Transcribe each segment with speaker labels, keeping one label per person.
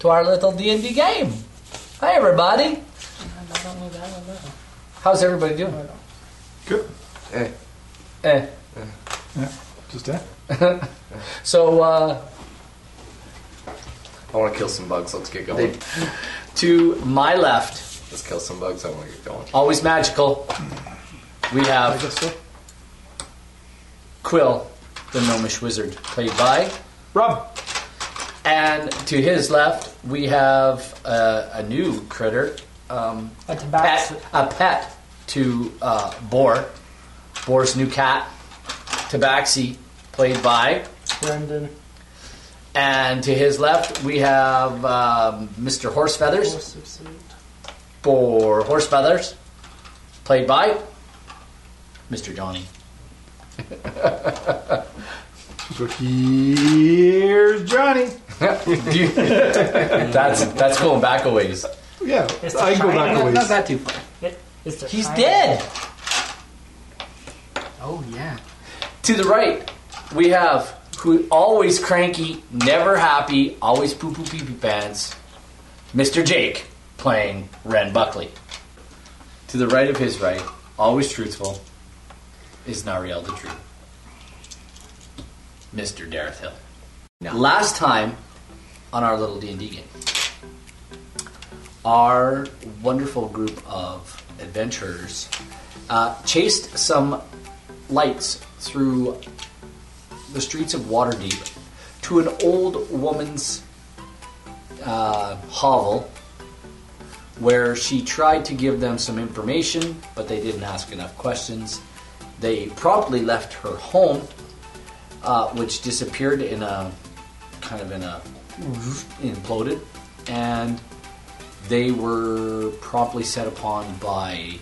Speaker 1: to our little D&D game. Hi, everybody. How's everybody doing?
Speaker 2: Good.
Speaker 3: Hey,
Speaker 1: Eh.
Speaker 2: Just that.
Speaker 1: So, uh,
Speaker 3: I want to kill some bugs. Let's get going.
Speaker 1: they, to my left,
Speaker 3: Let's kill some bugs. I want to get going.
Speaker 1: always magical, we
Speaker 2: I
Speaker 1: have
Speaker 2: guess so.
Speaker 1: Quill, the gnomish wizard, played by.
Speaker 2: Rob.
Speaker 1: And to his left, we have uh, a new critter, um,
Speaker 4: A
Speaker 1: pet,
Speaker 4: tabaxi.
Speaker 1: a pet to uh, Boar, Boar's new cat, Tabaxi, played by.
Speaker 4: Brendan.
Speaker 1: And to his left, we have um, Mr. Horsefeathers, Boar Horsefeathers, played by Mr. Johnny.
Speaker 2: So here's Johnny.
Speaker 1: Do you- that's that's going back a ways.
Speaker 2: Yeah,
Speaker 4: It's
Speaker 2: I can go back
Speaker 4: China.
Speaker 2: a ways.
Speaker 5: Not that too far.
Speaker 4: It- it's the
Speaker 1: He's
Speaker 4: time.
Speaker 1: dead.
Speaker 5: Oh yeah.
Speaker 1: To the right, we have who always cranky, never happy, always poo poo pee pee pants, Mr. Jake playing Ren Buckley. To the right of his right, always truthful, is Nariel the True, Mr. Dareth Hill. Last time on our little D and D game, our wonderful group of adventurers uh, chased some lights through the streets of Waterdeep to an old woman's uh, hovel where she tried to give them some information, but they didn't ask enough questions. They promptly left her home, uh, which disappeared in a kind of in a imploded, and they were promptly set upon by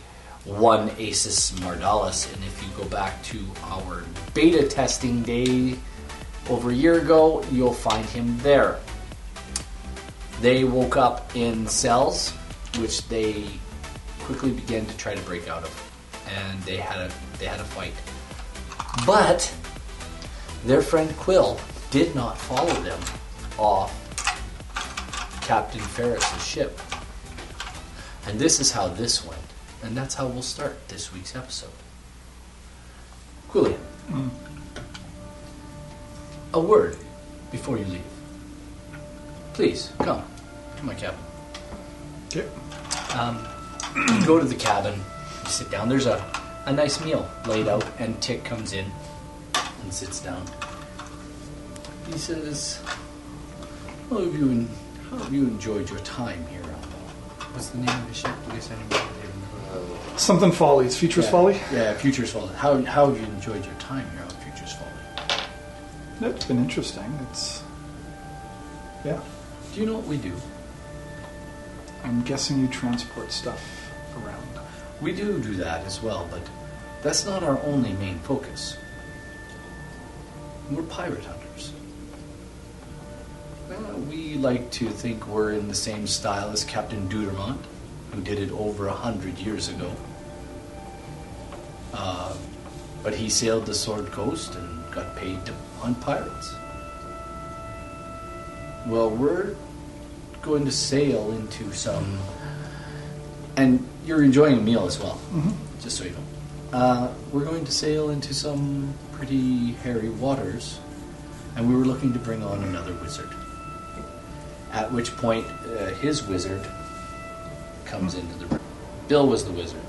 Speaker 1: one Asus Mardalis. And if you go back to our beta testing day over a year ago, you'll find him there. They woke up in cells, which they quickly began to try to break out of, and they had a they had a fight. But their friend Quill did not follow them off Captain Ferris's ship. And this is how this went. And that's how we'll start this week's episode. Quillian, a word before you leave. Please, come to my cabin.
Speaker 2: Okay.
Speaker 1: You go to the cabin, you sit down. There's a, a nice meal laid out, and Tick comes in and sits down. He says, how have you, en- how have you enjoyed your time here, Alba?
Speaker 5: What's the name of the ship? Do you send him back there?
Speaker 2: Something Follies. Features
Speaker 1: yeah,
Speaker 2: Folly.
Speaker 1: Yeah, Futures Folly. How, how have you enjoyed your time here on Futures Folly?
Speaker 2: It's been interesting. It's. Yeah.
Speaker 1: Do you know what we do?
Speaker 2: I'm guessing you transport stuff around.
Speaker 1: We do do that as well, but that's not our only main focus. We're pirate hunters. Uh, we like to think we're in the same style as Captain Deutermont, who did it over a hundred years ago. Uh, but he sailed the Sword Coast and got paid to hunt pirates. Well, we're going to sail into some. And you're enjoying a meal as well, just so you know. Uh, we're going to sail into some pretty hairy waters, and we were looking to bring on another wizard. At which point, uh, his wizard comes into the room. Bill was the wizard.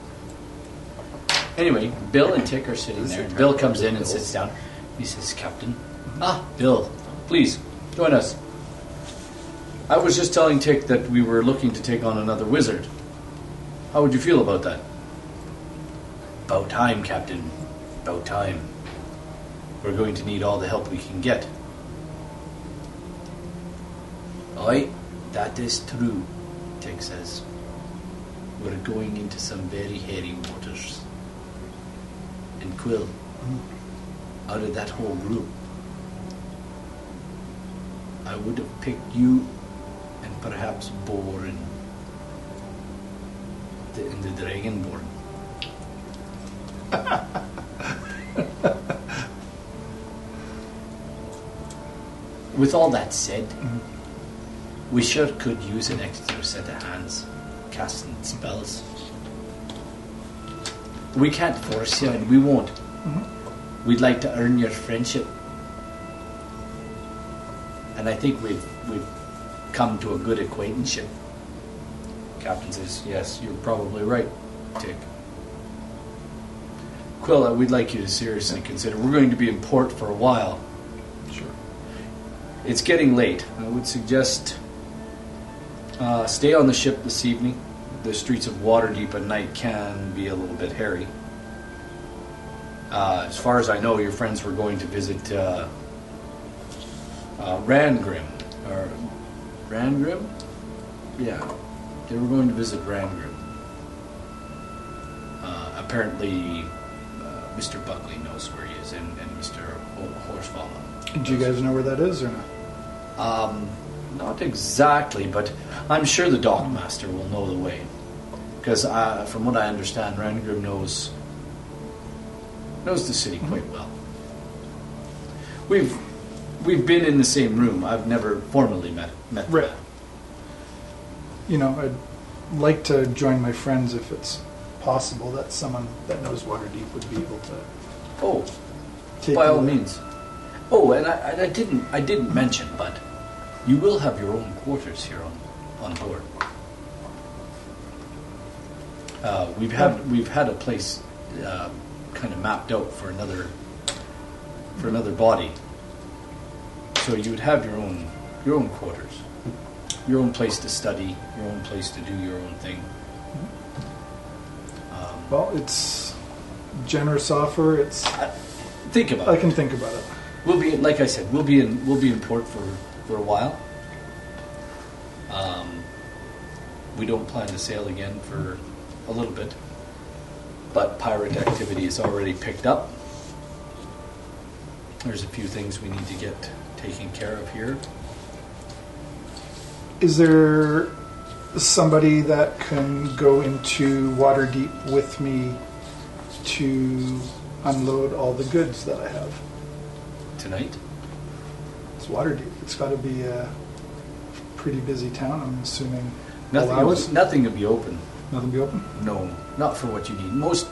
Speaker 1: Anyway, Bill and Tick are sitting there. Bill comes in and sits down. He says, Captain, ah, Bill, please join us. I was just telling Tick that we were looking to take on another wizard. How would you feel about that? About time, Captain. About time. We're going to need all the help we can get. Aye, that is true, Tick says. We're going into some very hairy waters. And Quill, out of that whole group, I would have picked you and perhaps Boar and the, and the Dragonborn. With all that said, We sure could use an extra set of hands casting spells. We can't force you, and we won't. We'd like to earn your friendship, and I think we've we've come to a good acquaintanceship. Captain says, "Yes, you're probably right, Dick." Quilla, we'd like you to seriously consider. We're going to be in port for a while.
Speaker 2: Sure.
Speaker 1: It's getting late. I would suggest uh, stay on the ship this evening. The streets of Waterdeep at night can be a little bit hairy. Uh, as far as I know, your friends were going to visit uh, uh, Rangrim. Or Rangrim? Yeah. They were going to visit Rangrim. Uh, apparently, uh, Mr. Buckley knows where he is, and, and Mr. Ho- Horsefalla.
Speaker 2: Do you guys know where that is or not?
Speaker 1: Um, not exactly, but I'm sure the dockmaster will know the way. Because uh, from what I understand, Rangrim knows knows the city quite well. We've we've been in the same room. I've never formally met met.
Speaker 2: Right. You know, I'd like to join my friends if it's possible that someone that knows Waterdeep would be able to
Speaker 1: Oh,
Speaker 2: take
Speaker 1: by
Speaker 2: me
Speaker 1: all
Speaker 2: there.
Speaker 1: means. Oh, and I, and I didn't I didn't mention, but you will have your own quarters here on on board. Uh, we've had we've had a place uh, kind of mapped out for another for another body, so you would have your own your own quarters, your own place to study, your own place to do your own thing. Um,
Speaker 2: Well, it's generous offer. It's
Speaker 1: think about
Speaker 2: I
Speaker 1: it.
Speaker 2: can think about it.
Speaker 1: We'll be like I said. We'll be in we'll be in port for for a while. Um, we don't plan to sail again for a little bit, but pirate activity has already picked up. There's a few things we need to get taken care of here.
Speaker 2: Is there somebody that can go into Waterdeep with me to unload all the goods that I have?
Speaker 1: Tonight,
Speaker 2: It's Waterdeep. It's got to be a pretty busy town. I'm assuming.
Speaker 1: nothing
Speaker 2: allows-
Speaker 1: will, nothing will be open.
Speaker 2: Nothing be open.
Speaker 1: No, not for what you need. Most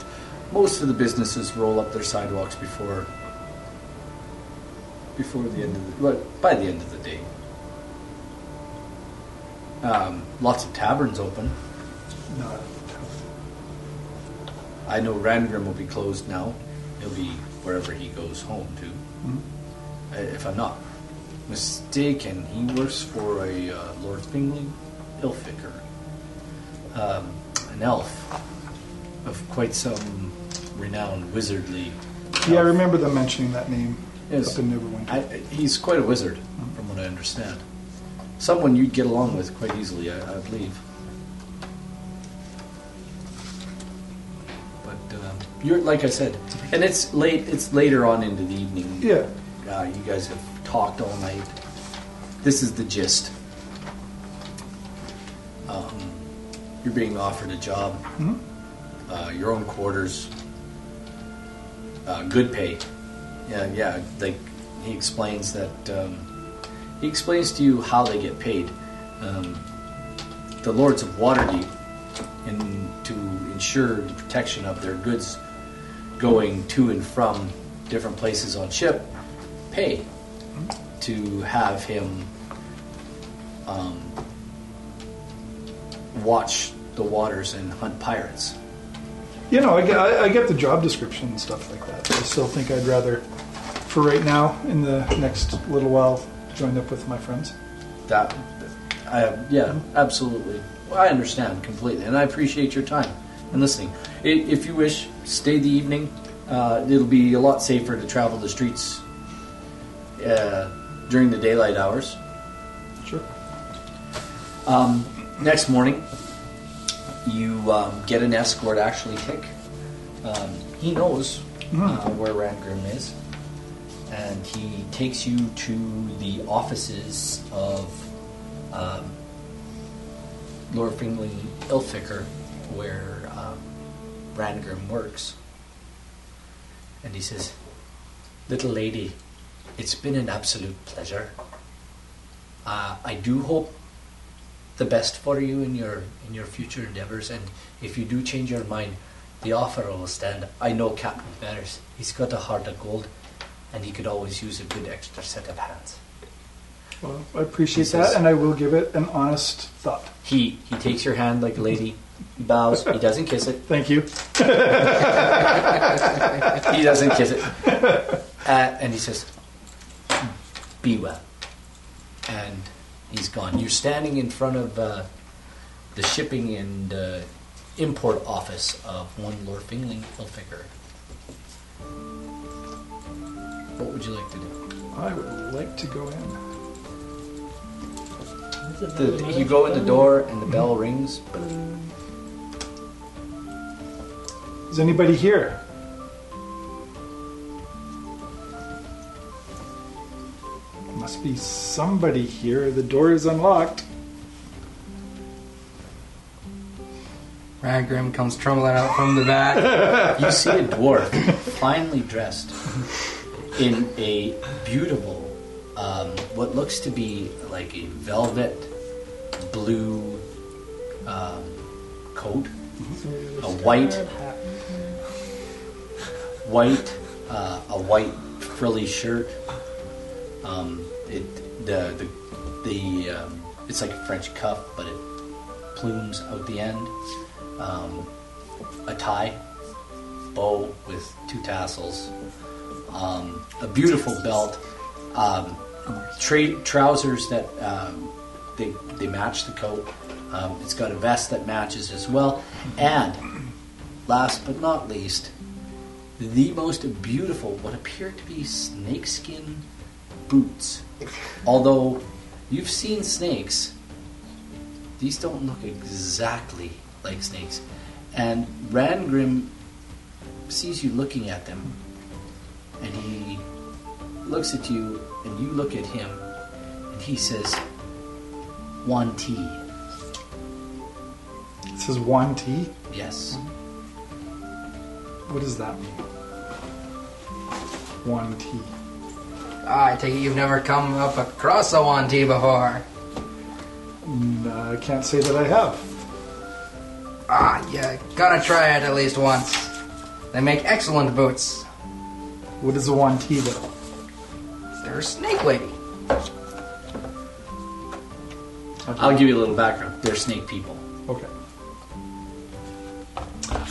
Speaker 1: most of the businesses roll up their sidewalks before before the end of the well, by the end of the day. Um, lots of taverns open.
Speaker 2: No.
Speaker 1: I know Randgrim will be closed now. He'll be wherever he goes home to.
Speaker 2: Mhm.
Speaker 1: I- Uh, If I'm not mistaken, he works for a uh, Lord Bingley Ilficker, um, an elf of quite some renowned wizardly.
Speaker 2: Yeah, I
Speaker 1: elf.
Speaker 2: remember them mentioning that name
Speaker 1: Yes.
Speaker 2: up in Neverwinter.
Speaker 1: I, he's quite a wizard, from what I understand. Someone you'd get along with quite easily, I, I believe. But um, you're like I said, and it's late. It's later on into the evening.
Speaker 2: yeah.
Speaker 1: Uh, you guys have talked all night. This is the gist. Um, you're being offered a job,
Speaker 2: Mhm.
Speaker 1: uh, your own quarters, uh, good pay. Yeah, yeah. Like he explains that um, he explains to you how they get paid. Um, the lords of Waterdeep, in to ensure the protection of their goods going to and from different places on ship, pay to have him um, watch the waters and hunt pirates.
Speaker 2: You know, I get, I, I get the job description and stuff like that. but I still think I'd rather, for right now, in the next little while, join up with my friends.
Speaker 1: That, I, yeah, absolutely. Well, I understand completely, and I appreciate your time and listening. I- If you wish, stay the evening. Uh, it'll be a lot safer to travel the streets uh, during the daylight hours.
Speaker 2: Sure.
Speaker 1: Um, next morning, you um, get an escort. Actually, Hick, um, he knows uh, where Rangrim is, and he takes you to the offices of um, Lord Fingley Ilficker, where um, Rangrim works, and he says, "Little lady, it's been an absolute pleasure. Uh, I do hope the best for you in your in your future endeavors. And if you do change your mind, the offer will stand. I know Captain Matters. He's got a heart of gold, and he could always use a good extra set of hands.
Speaker 2: Well, I
Speaker 1: He
Speaker 2: appreciate
Speaker 1: says-
Speaker 2: that, and I will give it an honest thought.
Speaker 1: He he takes your hand like a lady. He bows. He doesn't kiss it.
Speaker 2: Thank you.
Speaker 1: He doesn't kiss it. Uh, and he says, "Be well." And he's gone. You're standing in front of uh, the shipping and uh, import office of one Lord Fingling Hilfiger. What would you like to do?
Speaker 2: I would like to go in.
Speaker 1: The, you go in the door and the bell rings.
Speaker 2: Is anybody here? Must be somebody here. The door is unlocked.
Speaker 5: Ragrim comes trembling out from the back.
Speaker 1: You see a dwarf, finely dressed, in a beautiful, um, what looks to be like a velvet blue um, coat, a white, white, uh, a white frilly shirt. Um, it the the, the um, it's like a French cuff, but it plumes out the end. Um, a tie bow with two tassels, um, a beautiful belt, um, tra- trousers that um, they, they match the coat. Um, it's got a vest that matches as well. And last but not least, the most beautiful, what appear to be snakeskin boots. Although you've seen snakes, these don't look exactly like snakes. And Rangrim sees you looking at them, and he looks at you, and you look at him, and he says, "One tea,
Speaker 2: This is one T.
Speaker 1: yes."
Speaker 2: What does that mean? One T.
Speaker 5: I take it you've never come up across a Wanti before.
Speaker 2: No, uh, I can't say that I have.
Speaker 5: Ah, yeah, gotta try it at least once. They make excellent boots.
Speaker 2: What is a one T though?
Speaker 5: They're a snake lady.
Speaker 1: I'll give you a little background. They're snake people.
Speaker 2: Okay.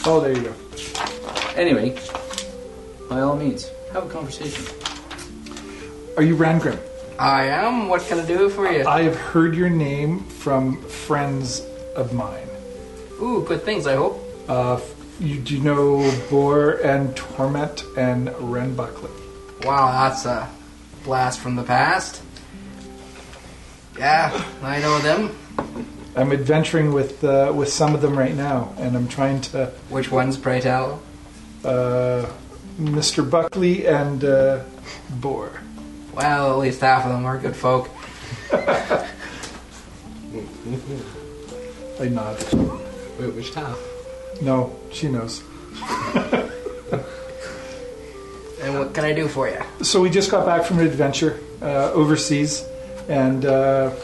Speaker 2: Oh, there you go.
Speaker 1: Anyway, by all means, have a conversation.
Speaker 2: Are you Rangrim?
Speaker 5: I am. What can I do for you?
Speaker 2: I have heard your name from friends of mine.
Speaker 5: Ooh, good things. I hope.
Speaker 2: Uh, you do you know Boar and Torment and Ren Buckley.
Speaker 5: Wow, that's a blast from the past. Yeah, I know them.
Speaker 2: I'm adventuring with uh, with some of them right now, and I'm trying to
Speaker 5: Which ones, pray tell?
Speaker 2: uh, Mr. Buckley and uh, Boar.
Speaker 5: Well, at least half of them are good folk.
Speaker 2: I nod.
Speaker 3: Wait, which half?
Speaker 2: No, she knows.
Speaker 5: And what can I do for you?
Speaker 2: So we just got back from an adventure uh, overseas, and uh,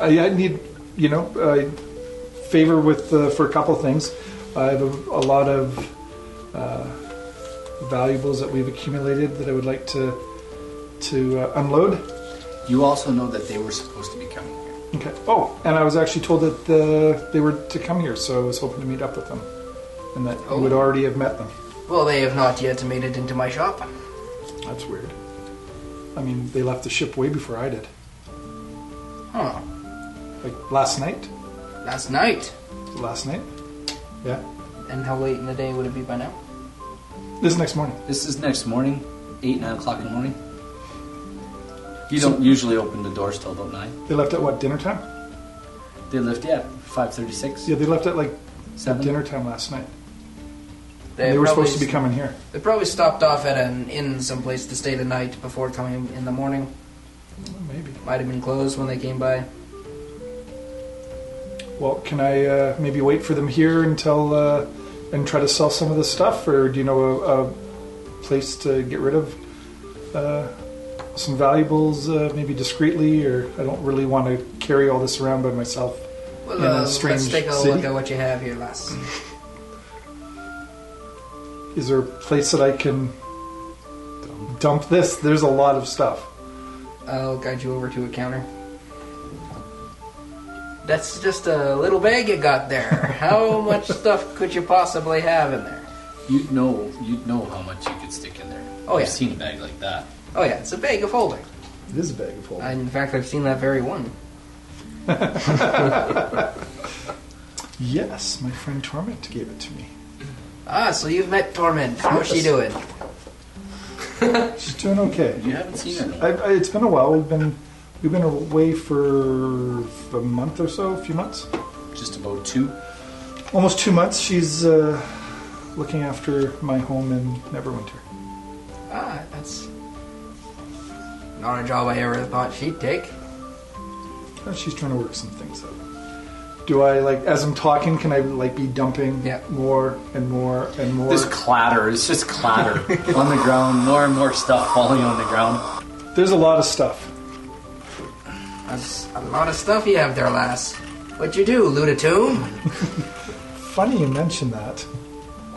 Speaker 2: I, I need, you know, uh, favor with uh, for a couple of things. I have a, a lot of uh, valuables that we've accumulated that I would like to to uh, unload.
Speaker 1: You also know that they were supposed to be coming here.
Speaker 2: Okay. Oh, and I was actually told that the, they were to come here, so I was hoping to meet up with them, and that you would
Speaker 5: Oh.
Speaker 2: already have met them.
Speaker 5: Well, they have not yet made it into my shop.
Speaker 2: That's weird. I mean, they left the ship way before I did,
Speaker 5: Huh.
Speaker 2: like last night.
Speaker 5: Last night.
Speaker 2: Last night? Yeah.
Speaker 5: And how late in the day would it be by now?
Speaker 2: This next morning.
Speaker 1: This is next morning, eight nine o'clock in the morning. You don't usually open the doors till about nine.
Speaker 2: They left at what, dinner time?
Speaker 1: They left yeah five thirty six.
Speaker 2: Yeah, they left at like
Speaker 1: Seven.
Speaker 2: dinner time last night. They, were supposed to be coming here.
Speaker 5: They probably stopped off at an inn someplace to stay the night before coming in the morning.
Speaker 2: Well, Oh, maybe.
Speaker 5: Might have been closed when they came by.
Speaker 2: Well, can I uh, maybe wait for them here until uh, and try to sell some of the stuff, or do you know a, a place to get rid of uh, some valuables, uh, maybe discreetly? Or I don't really want to carry all this around by myself.
Speaker 5: Well,
Speaker 2: in a
Speaker 5: uh, let's
Speaker 2: strange
Speaker 5: take a
Speaker 2: city.
Speaker 5: look at what you have here, lass.
Speaker 2: Is there a place that I can dump this? There's a lot of stuff.
Speaker 5: I'll guide you over to a counter. That's just a little bag you got there. How much stuff could you possibly have in there?
Speaker 1: You'd know, you'd know how much you could stick in there.
Speaker 5: Oh,
Speaker 1: I've
Speaker 5: yeah.
Speaker 1: seen a bag like that.
Speaker 5: Oh yeah, it's a bag of holding.
Speaker 2: It is a bag of holding.
Speaker 5: I, in fact, I've seen that very one.
Speaker 2: Yes, my friend Torment gave it to me.
Speaker 5: Ah, so you've met Tormund. How's she
Speaker 2: Yes.
Speaker 5: doing?
Speaker 2: She's doing okay.
Speaker 1: You haven't seen it. in a
Speaker 2: I, I, it's been a while. We've been we've been away for a month or so, a few months,
Speaker 1: while. Just about two.
Speaker 2: almost two months. She's uh, looking after my home in Neverwinter.
Speaker 5: Ah, that's not a job I ever thought she'd take.
Speaker 2: Uh, She's trying to work some things out. Do I like as I'm talking? Can I like be dumping
Speaker 5: Yeah.
Speaker 2: more and more and more?
Speaker 1: This clatter, it's just clatter on the ground. More and more stuff falling on the ground.
Speaker 2: There's a lot of stuff.
Speaker 5: That's a lot of stuff you have there, lass. What you do, Ludatum?
Speaker 2: Funny you mention that.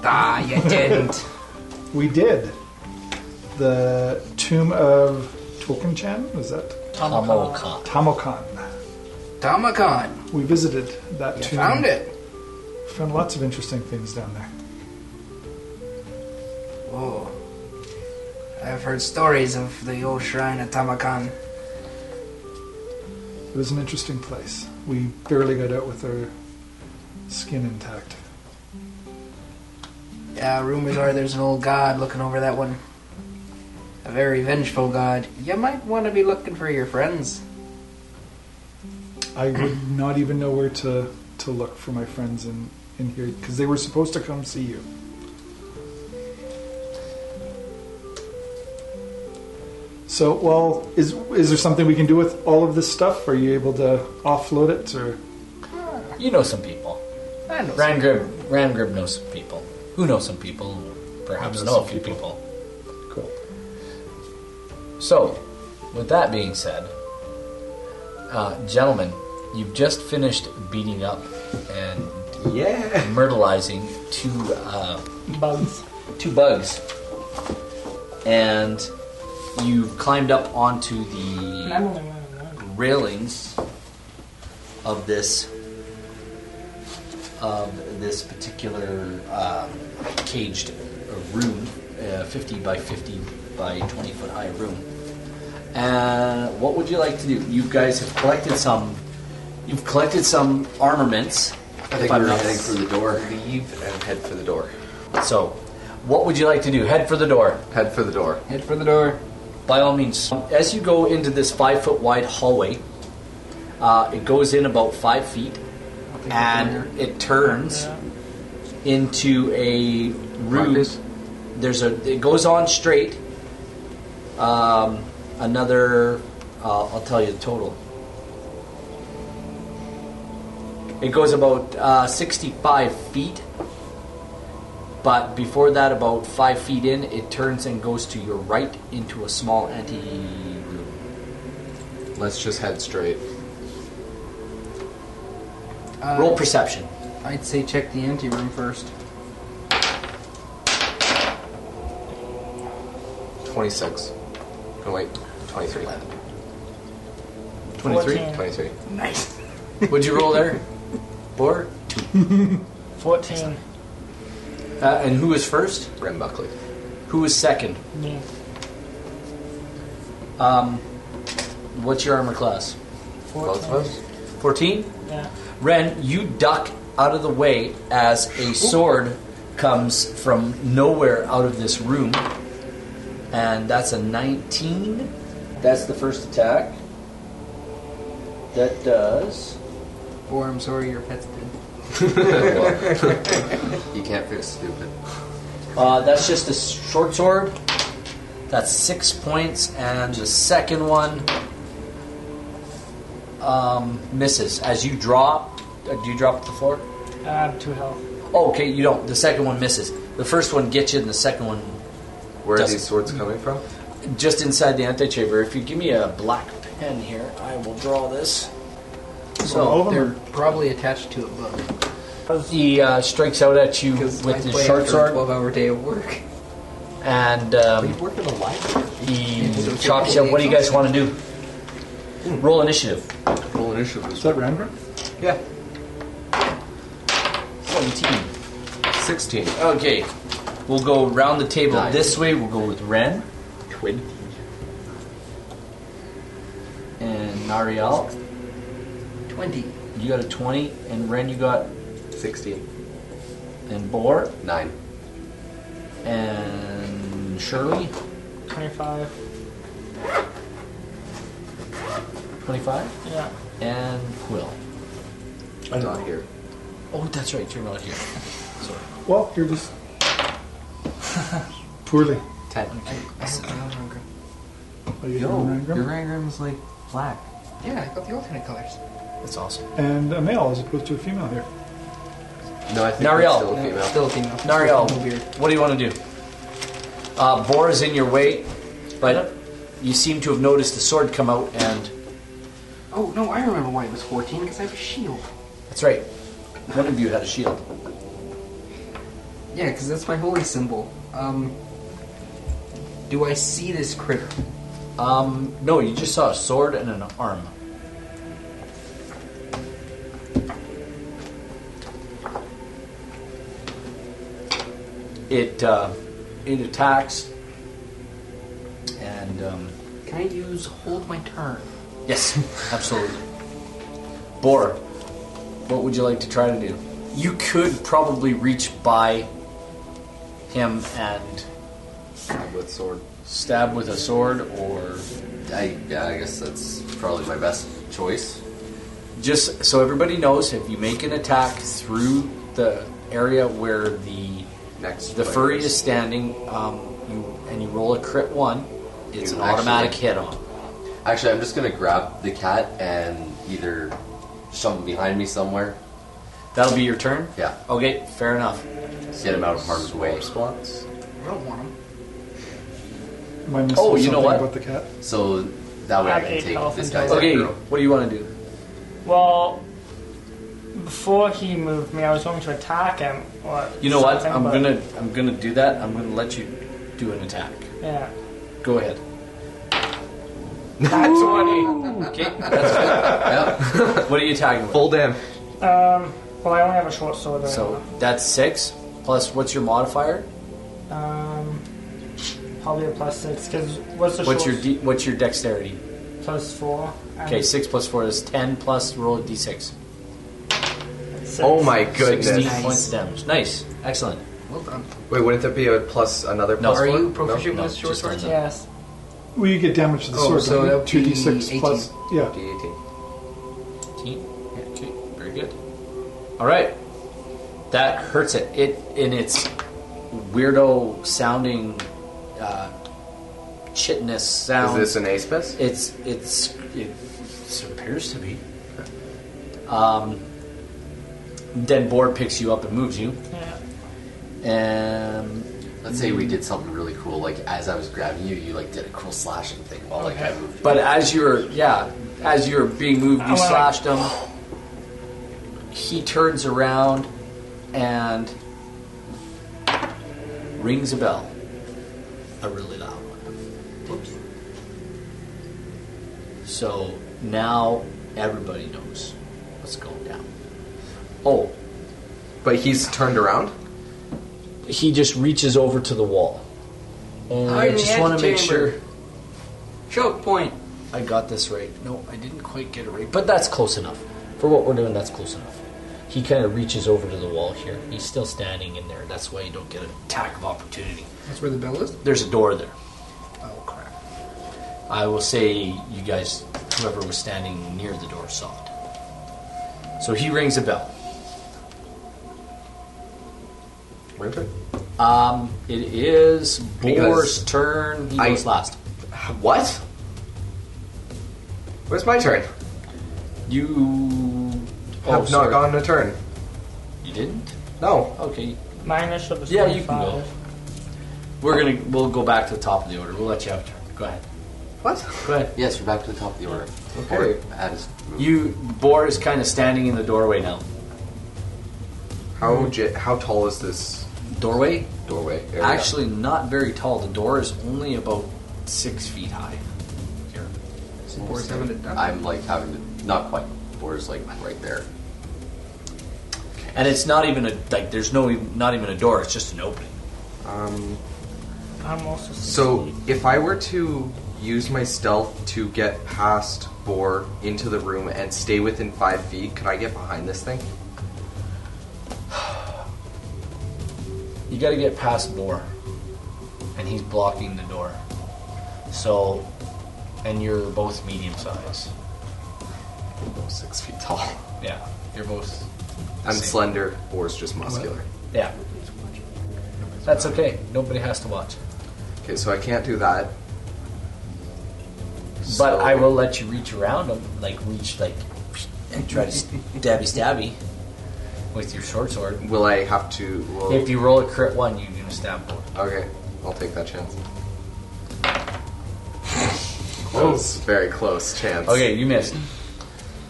Speaker 5: Ah, you didn't.
Speaker 2: We did the tomb of Tolkien Chan. Was that
Speaker 1: Tomoko.
Speaker 2: Tamokan?
Speaker 5: Tomacon,
Speaker 2: We visited that
Speaker 5: you
Speaker 2: tomb.
Speaker 5: found it.
Speaker 2: Found lots of interesting things down there.
Speaker 5: Oh, I've heard stories of the old shrine at Tamakan.
Speaker 2: It was an interesting place. We barely got out with our skin intact.
Speaker 5: Yeah, rumors are there's an old god looking over that one. A very vengeful god. You might want to be looking for your friends.
Speaker 2: I would not even know where to, to look for my friends in, in here because they were supposed to come see you. So, well, is is there something we can do with all of this stuff? Are you able to offload it, or
Speaker 1: You know some people.
Speaker 5: I know
Speaker 1: Rangrib, Rangrib knows some people. Who knows some people? Perhaps
Speaker 2: I
Speaker 1: know,
Speaker 2: know
Speaker 1: a
Speaker 2: some
Speaker 1: few people.
Speaker 2: people. cool?
Speaker 1: So, with that being said, uh, gentlemen, you've just finished beating up and
Speaker 3: Yeah.
Speaker 1: myrtleizing two uh, two bugs, and you've climbed up onto the railings of this of this particular um, caged uh, room, uh, 50 by 50 by 20 foot high room. And what would you like to do? You guys have collected some. You've collected some armaments.
Speaker 3: I
Speaker 1: if
Speaker 3: think
Speaker 1: I'm
Speaker 3: we're
Speaker 1: not-
Speaker 3: heading for the door. Leave and head for the door.
Speaker 1: so, what would you like to do? Head for the door.
Speaker 3: Head for the door.
Speaker 5: Head for the door.
Speaker 1: By all means, as you go into this five foot wide hallway, uh, it goes in about five feet and it turns into a room.
Speaker 3: Practice.
Speaker 1: There's a, it goes on straight. Um, another, uh, I'll tell you the total. It goes about uh, 65 feet, but before that, about five feet in, it turns and goes to your right into a small ante room.
Speaker 3: Let's just head straight.
Speaker 5: Uh,
Speaker 1: Roll perception.
Speaker 5: I'd say check the empty room first.
Speaker 3: 26. No, Oh, wait. 23.
Speaker 1: 23?
Speaker 3: 23.
Speaker 5: Nice.
Speaker 1: Would you roll there? Four?
Speaker 4: 14.
Speaker 1: Uh, and who was first?
Speaker 3: Rem Buckley.
Speaker 1: Who was second?
Speaker 4: Me.
Speaker 1: Um, what's your armor class?
Speaker 3: Both
Speaker 4: 14.
Speaker 3: of us?
Speaker 1: 14?
Speaker 4: Yeah.
Speaker 1: Ren, you duck out of the way as a sword comes from nowhere out of this room. And that's a 19. That's the first attack. That does.
Speaker 5: Or I'm sorry, your pet's dead.
Speaker 3: Well, you can't feel stupid.
Speaker 1: Uh, that's just a short sword. That's six points, and the second one um, misses. As you drop, uh, do you drop to the floor?
Speaker 4: I have two health.
Speaker 1: Oh, okay, you don't. The second one misses. The first one gets you, and the second one
Speaker 3: Where are
Speaker 1: Just-
Speaker 3: these swords coming from?
Speaker 1: just inside the antechamber. If you give me a black pen here, I will draw this. So,
Speaker 2: all of them
Speaker 5: They're
Speaker 2: are-
Speaker 5: probably attached to a book.
Speaker 6: Oh.
Speaker 1: He uh, strikes out at you
Speaker 5: Because
Speaker 1: with
Speaker 5: I
Speaker 1: his
Speaker 5: play
Speaker 1: short
Speaker 5: after a
Speaker 1: sword,
Speaker 5: 12 hour day of work.
Speaker 1: and um,
Speaker 3: You work in a library.
Speaker 1: he
Speaker 5: Yeah, so
Speaker 1: chops you up. What do you guys want to do?
Speaker 6: Hmm.
Speaker 1: Roll initiative.
Speaker 3: Roll initiative
Speaker 2: is
Speaker 3: is
Speaker 2: that Randburg?
Speaker 3: yeah.
Speaker 6: 17.
Speaker 3: Sixteen.
Speaker 6: Okay. We'll go round the table
Speaker 1: Nice.
Speaker 6: this way. We'll go with Ren
Speaker 1: Twin.
Speaker 6: and Nariel.
Speaker 5: 20.
Speaker 6: You got a 20, and Ren, you got,
Speaker 3: Sixteen.
Speaker 6: and Boar,
Speaker 3: Nine.
Speaker 6: and Shirley,
Speaker 4: 25.
Speaker 6: 25,
Speaker 4: Yeah.
Speaker 6: and Quill.
Speaker 3: I'm not here.
Speaker 6: Oh, that's right, you're not here. Sorry.
Speaker 2: Well, you're just poorly.
Speaker 3: Ten.
Speaker 2: Are you
Speaker 3: No,
Speaker 2: doing Randburg?
Speaker 3: your diagram is like black.
Speaker 5: Yeah, I got the alternate colors.
Speaker 6: That's awesome.
Speaker 2: And a male as opposed to a female here.
Speaker 3: No, I think
Speaker 1: Nariel.
Speaker 3: it's still
Speaker 5: No, Still
Speaker 3: a female.
Speaker 5: a female.
Speaker 1: Nariel,
Speaker 5: Still weird.
Speaker 1: what do you want to do? Uh, Bor is in your way, but you seem to have noticed the sword come out, and
Speaker 5: Oh, no, I remember why it was 14 because I have a shield.
Speaker 1: that's right. One of you had a shield.
Speaker 5: Yeah, because that's my holy symbol. Um, do I see this critter?
Speaker 1: Um, no, you just saw a sword and an arm. It uh, it attacks, and um,
Speaker 5: Can I use hold my turn?
Speaker 1: yes, absolutely. Bor, what would you like to try to do? You could probably reach by him and
Speaker 3: Stab with sword.
Speaker 1: stab with a sword, or
Speaker 3: I yeah, I guess that's probably my best choice.
Speaker 1: Just so everybody knows, if you make an attack through the area where the
Speaker 3: Next.
Speaker 1: the
Speaker 3: player
Speaker 1: furry
Speaker 3: is-
Speaker 1: is standing, um, you and you roll a crit one, it's
Speaker 3: You
Speaker 1: an automatic
Speaker 3: actually-
Speaker 1: hit on.
Speaker 3: Actually, I'm just gonna grab the cat and either shove him behind me somewhere.
Speaker 1: That'll be your turn.
Speaker 3: Yeah.
Speaker 1: Okay, fair enough.
Speaker 3: Get him out of harm's way.
Speaker 5: I don't want him.
Speaker 2: Am I missing
Speaker 1: Oh, you know
Speaker 2: something
Speaker 1: what?
Speaker 2: about the cat?
Speaker 3: So that way
Speaker 4: I
Speaker 3: I,
Speaker 4: have
Speaker 3: can
Speaker 4: eight
Speaker 3: take
Speaker 4: health
Speaker 3: this
Speaker 4: until-
Speaker 3: guy's
Speaker 1: Okay,
Speaker 3: girl.
Speaker 1: what do you want to do?
Speaker 4: Well, before he moved me, I was going to attack him. Or
Speaker 1: You know what?
Speaker 4: something,
Speaker 1: I'm
Speaker 4: but-
Speaker 1: gonna I'm gonna do that. I'm gonna let you do an attack.
Speaker 4: Yeah.
Speaker 1: Go ahead.
Speaker 4: That's 20.
Speaker 1: Okay, that's
Speaker 3: Yep.
Speaker 1: good. what are you attacking with?
Speaker 3: Full damage.
Speaker 4: Um, well, I only have a short sword. right
Speaker 1: So that's six plus what's your modifier?
Speaker 4: now. Um, probably a plus six, because what's the
Speaker 1: What's
Speaker 4: short
Speaker 1: your D, what's your dexterity?
Speaker 4: plus four? and
Speaker 1: Okay, six plus four is ten plus roll a d6.
Speaker 4: six.
Speaker 3: Oh my goodness.
Speaker 1: 16
Speaker 5: Nice.
Speaker 1: points damage. Nice. Excellent.
Speaker 5: Well done.
Speaker 3: Wait, wouldn't that be a plus another
Speaker 1: No.
Speaker 3: plus
Speaker 5: Are
Speaker 3: one?
Speaker 5: you proficient
Speaker 1: no,
Speaker 5: with short
Speaker 1: just
Speaker 5: swords?
Speaker 1: on
Speaker 4: Yes.
Speaker 2: Well, you get damage to the
Speaker 5: Oh,
Speaker 2: sword.
Speaker 5: so that would
Speaker 2: two
Speaker 5: be
Speaker 2: d six
Speaker 5: 18.
Speaker 2: plus. Yeah,
Speaker 3: D18.
Speaker 1: 18. Okay, very good. All right. That hurts it. It in its weirdo sounding uh, chitness
Speaker 3: Is
Speaker 1: sound.
Speaker 3: this an ace best?
Speaker 1: it's it's it s- appears to be. Um, then board picks you up and moves you.
Speaker 4: Yeah.
Speaker 1: And
Speaker 3: Let's say we did something really cool. Like as I was grabbing you, you like did a cool slashing thing while like I moved. you.
Speaker 1: But as you're, yeah, as you're being moved, you
Speaker 4: I'm like-
Speaker 1: slashed him. He turns around and rings a bell. A really loud one. So now everybody knows what's going down. Oh,
Speaker 3: but he's turned around.
Speaker 1: he just reaches over to the wall. And I
Speaker 5: I'm in the
Speaker 1: just want to make
Speaker 5: antechamber.
Speaker 1: sure
Speaker 5: Choke point.
Speaker 1: I got this right. No, I didn't quite get it right, but that's close enough. For what we're doing, that's close enough. He kind of reaches over to the wall here. He's still standing in there. That's why you don't get an attack of opportunity.
Speaker 5: That's where the bell is?
Speaker 1: There's a door there.
Speaker 5: Oh, crap.
Speaker 1: I will say you guys, whoever was standing near the door, saw it. So he rings a bell.
Speaker 3: Winter.
Speaker 1: Um, it is
Speaker 3: Because
Speaker 1: Boar's turn. He
Speaker 3: I-
Speaker 1: goes last.
Speaker 3: What? Where's my turn?
Speaker 1: You
Speaker 3: Have
Speaker 1: oh,
Speaker 3: not
Speaker 1: sorry.
Speaker 3: gotten a turn.
Speaker 1: You didn't.
Speaker 3: No.
Speaker 1: Okay.
Speaker 4: My initial was
Speaker 1: Yeah, you can
Speaker 4: 25.
Speaker 1: go. We're gonna. We'll go back to the top of the order. We'll let you have a turn. Go ahead.
Speaker 5: What?
Speaker 1: Go ahead.
Speaker 3: Yes, we're back to the top of the order.
Speaker 1: Okay.
Speaker 3: Or as
Speaker 1: You, Boar is kind of standing in the doorway now.
Speaker 7: How j- how tall is this
Speaker 1: Doorway?
Speaker 7: doorway? Area?
Speaker 1: Actually, not very tall. The door is only about six feet high. Here.
Speaker 7: Boar's having it done.
Speaker 3: I'm like having to, not quite. Boar's like right there.
Speaker 1: And it's not even a like. There's no even- not even a door. It's just an opening.
Speaker 7: Um,
Speaker 4: I'm also
Speaker 7: so if I were to use my stealth to get past Boar into the room and stay within five feet, could I get behind this thing?
Speaker 1: You got to get past Boar, and he's blocking the door. So, and you're both medium size.
Speaker 7: Oh, Six feet tall.
Speaker 1: Yeah, you're both. the
Speaker 7: I'm
Speaker 1: same.
Speaker 7: slender. Boar's just muscular.
Speaker 1: Yeah. That's okay. Nobody has to watch.
Speaker 7: Okay, so I can't do that.
Speaker 1: But I will let you reach around him, like reach like, and try to stabby stabby with your short sword.
Speaker 7: Will I have to? Will,
Speaker 1: If you roll a crit one, you're gonna stab Boar.
Speaker 7: okay, I'll take that chance. Close. Very close chance.
Speaker 1: Okay, you missed.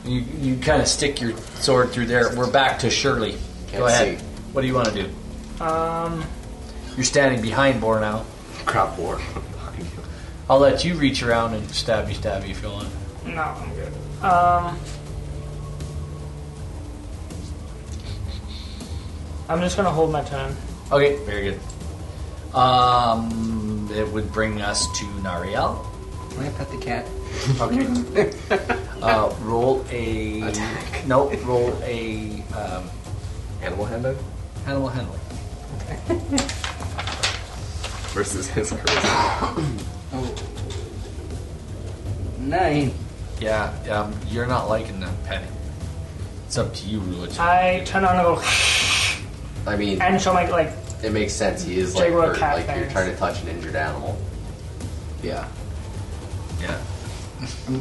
Speaker 1: You you kind of stick your sword through there. We're back to Shirley. Go
Speaker 7: Can't
Speaker 1: ahead.
Speaker 7: see.
Speaker 1: What do you want to do?
Speaker 4: Um,
Speaker 1: You're standing behind Bor now.
Speaker 7: Crap, Boar.
Speaker 1: I'll let you reach around and stab you, stab you if you want.
Speaker 4: no, I'm good. Um, I'm just gonna hold my turn.
Speaker 1: Okay, very good. Um, it would bring us to Nariel.
Speaker 5: I pet the cat.
Speaker 1: Okay. uh, roll a attack. No, roll a um,
Speaker 7: Animal handbook
Speaker 1: animal handling.
Speaker 7: versus his charisma.
Speaker 5: Oh. Nine.
Speaker 1: Yeah, um, you're not liking the petting. It's up to you, Rulich.
Speaker 4: I turn on and go,
Speaker 3: I mean,
Speaker 4: and she'll make like
Speaker 3: it makes sense. He is like
Speaker 4: Jaguar
Speaker 3: hurt.
Speaker 4: cat
Speaker 3: Like you're
Speaker 4: fangs.
Speaker 3: trying to touch an injured animal.
Speaker 7: Yeah.
Speaker 1: Yeah.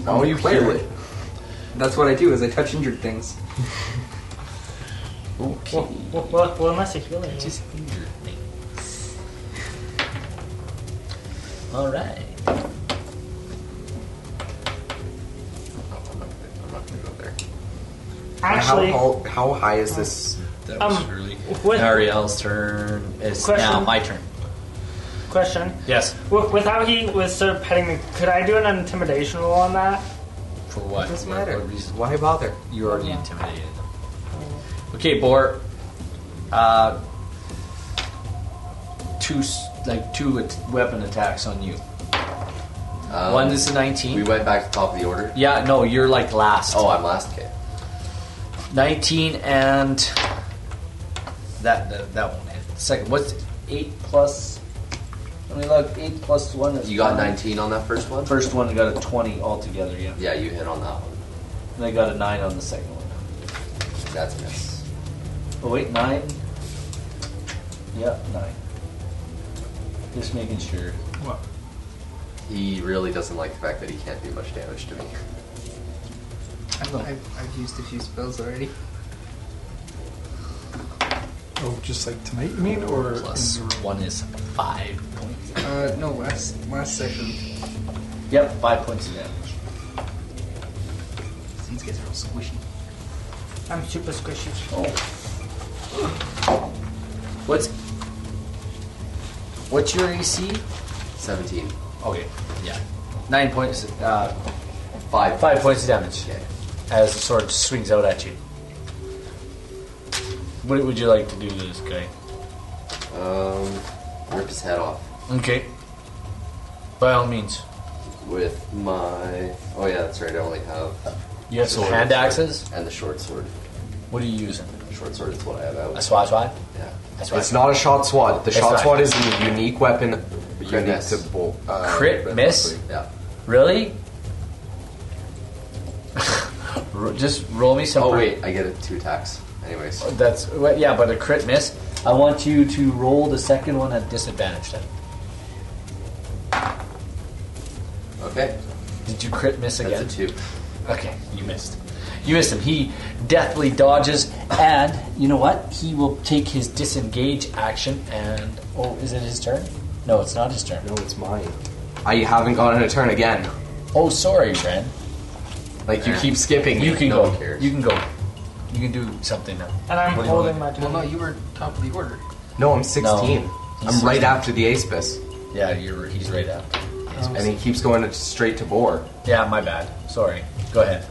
Speaker 7: Oh, you
Speaker 1: Clearly.
Speaker 7: clearly.
Speaker 8: That's what I do is I touch injured things.
Speaker 4: Well, well, well, well, unless it really is.
Speaker 1: Just injured things. All right.
Speaker 7: I'm not gonna go there.
Speaker 4: Actually,
Speaker 7: how, how, how high is this?
Speaker 1: That
Speaker 4: Um,
Speaker 1: was really.
Speaker 4: what-
Speaker 1: Ariel's turn is
Speaker 4: Question?
Speaker 1: now my turn.
Speaker 4: question.
Speaker 1: Yes.
Speaker 4: With, with how he was sort of petting me, could I do an intimidation roll on that?
Speaker 1: For what?
Speaker 7: Doesn't
Speaker 1: What-
Speaker 7: matter.
Speaker 1: What reason?
Speaker 7: Why bother?
Speaker 1: You already intimidated them. Okay, Bor. Uh, two s- like two at- weapon attacks on you.
Speaker 3: Um,
Speaker 1: One is a nineteen.
Speaker 3: We went back to the top of the order.
Speaker 1: yeah, no, you're like last.
Speaker 3: Oh, I'm last. Okay.
Speaker 1: 19 and that that, that won't hit. Second, what's eight plus? Let me look. Eight plus one is
Speaker 3: You got
Speaker 1: 20.
Speaker 3: 19 on that first one.
Speaker 1: First one got a 20 altogether. Yeah,
Speaker 3: Yeah, you hit on that one.
Speaker 1: and I got a nine on the second one.
Speaker 3: That's a miss.
Speaker 1: Oh wait, nine. Yep, nine. Just making sure.
Speaker 3: He really doesn't like the fact that he can't do much damage to me.
Speaker 5: I've, I've, I've used a few spells already.
Speaker 2: Oh, just like tonight, you mean? Or
Speaker 1: Plus one is five points.
Speaker 5: Uh, no, last last session.
Speaker 1: Yep, five points of damage.
Speaker 5: These guys are all squishy.
Speaker 4: I'm super squishy.
Speaker 1: Oh. What's what's your AC?
Speaker 3: 17.
Speaker 1: Okay, yeah. Nine points, uh,
Speaker 3: Five.
Speaker 1: five points of damage
Speaker 3: Okay.
Speaker 1: as the sword swings out at you. What would you like to do to this guy?
Speaker 3: Um, rip his head off
Speaker 1: Okay. By all means.
Speaker 3: with my. Oh yeah, that's right. I only have
Speaker 1: You have some
Speaker 3: Sword.
Speaker 1: hand axes?
Speaker 3: and the short sword.
Speaker 1: What are you using?
Speaker 3: Short sword is what I have
Speaker 1: A
Speaker 3: out.
Speaker 1: swat swat?
Speaker 3: Yeah.
Speaker 1: That's right.
Speaker 7: It's not a shot swat. The
Speaker 1: It's
Speaker 7: shot
Speaker 1: not.
Speaker 7: swat is a unique weapon, unique
Speaker 3: miss.
Speaker 7: to bolt. Uh,
Speaker 1: Crit
Speaker 7: but
Speaker 1: miss?
Speaker 3: Yeah.
Speaker 1: Really? Ro- Just roll me some.
Speaker 3: Oh wait, I get it two attacks. Anyways,
Speaker 1: That's well, yeah, but a crit miss. I want you to roll the second one at disadvantage. Then
Speaker 3: okay.
Speaker 1: did you crit miss
Speaker 3: That's
Speaker 1: again?
Speaker 3: a two.
Speaker 1: Okay, you missed. You missed him. He deathly dodges, and you know what? He will take his disengage action, and oh, is it his turn? No, it's not his turn.
Speaker 7: No, it's mine. I haven't gotten a turn again.
Speaker 1: Oh, sorry, Ren.
Speaker 3: Like you keep skipping.
Speaker 1: Eh. You
Speaker 3: me.
Speaker 1: can
Speaker 3: no
Speaker 1: go.
Speaker 3: One cares.
Speaker 1: You can go. You can do something now.
Speaker 4: And I'm
Speaker 1: What do you
Speaker 4: holding
Speaker 1: want?
Speaker 4: my
Speaker 5: Well,
Speaker 4: turn.
Speaker 5: no, you were top of the order.
Speaker 7: No, I'm 16. I'm
Speaker 1: He's
Speaker 7: right
Speaker 1: 16.
Speaker 7: after the Aspis.
Speaker 1: Yeah, you're. He's right after. Oh.
Speaker 7: And he keeps going straight to Boar.
Speaker 1: Yeah, my bad. Sorry. Go ahead.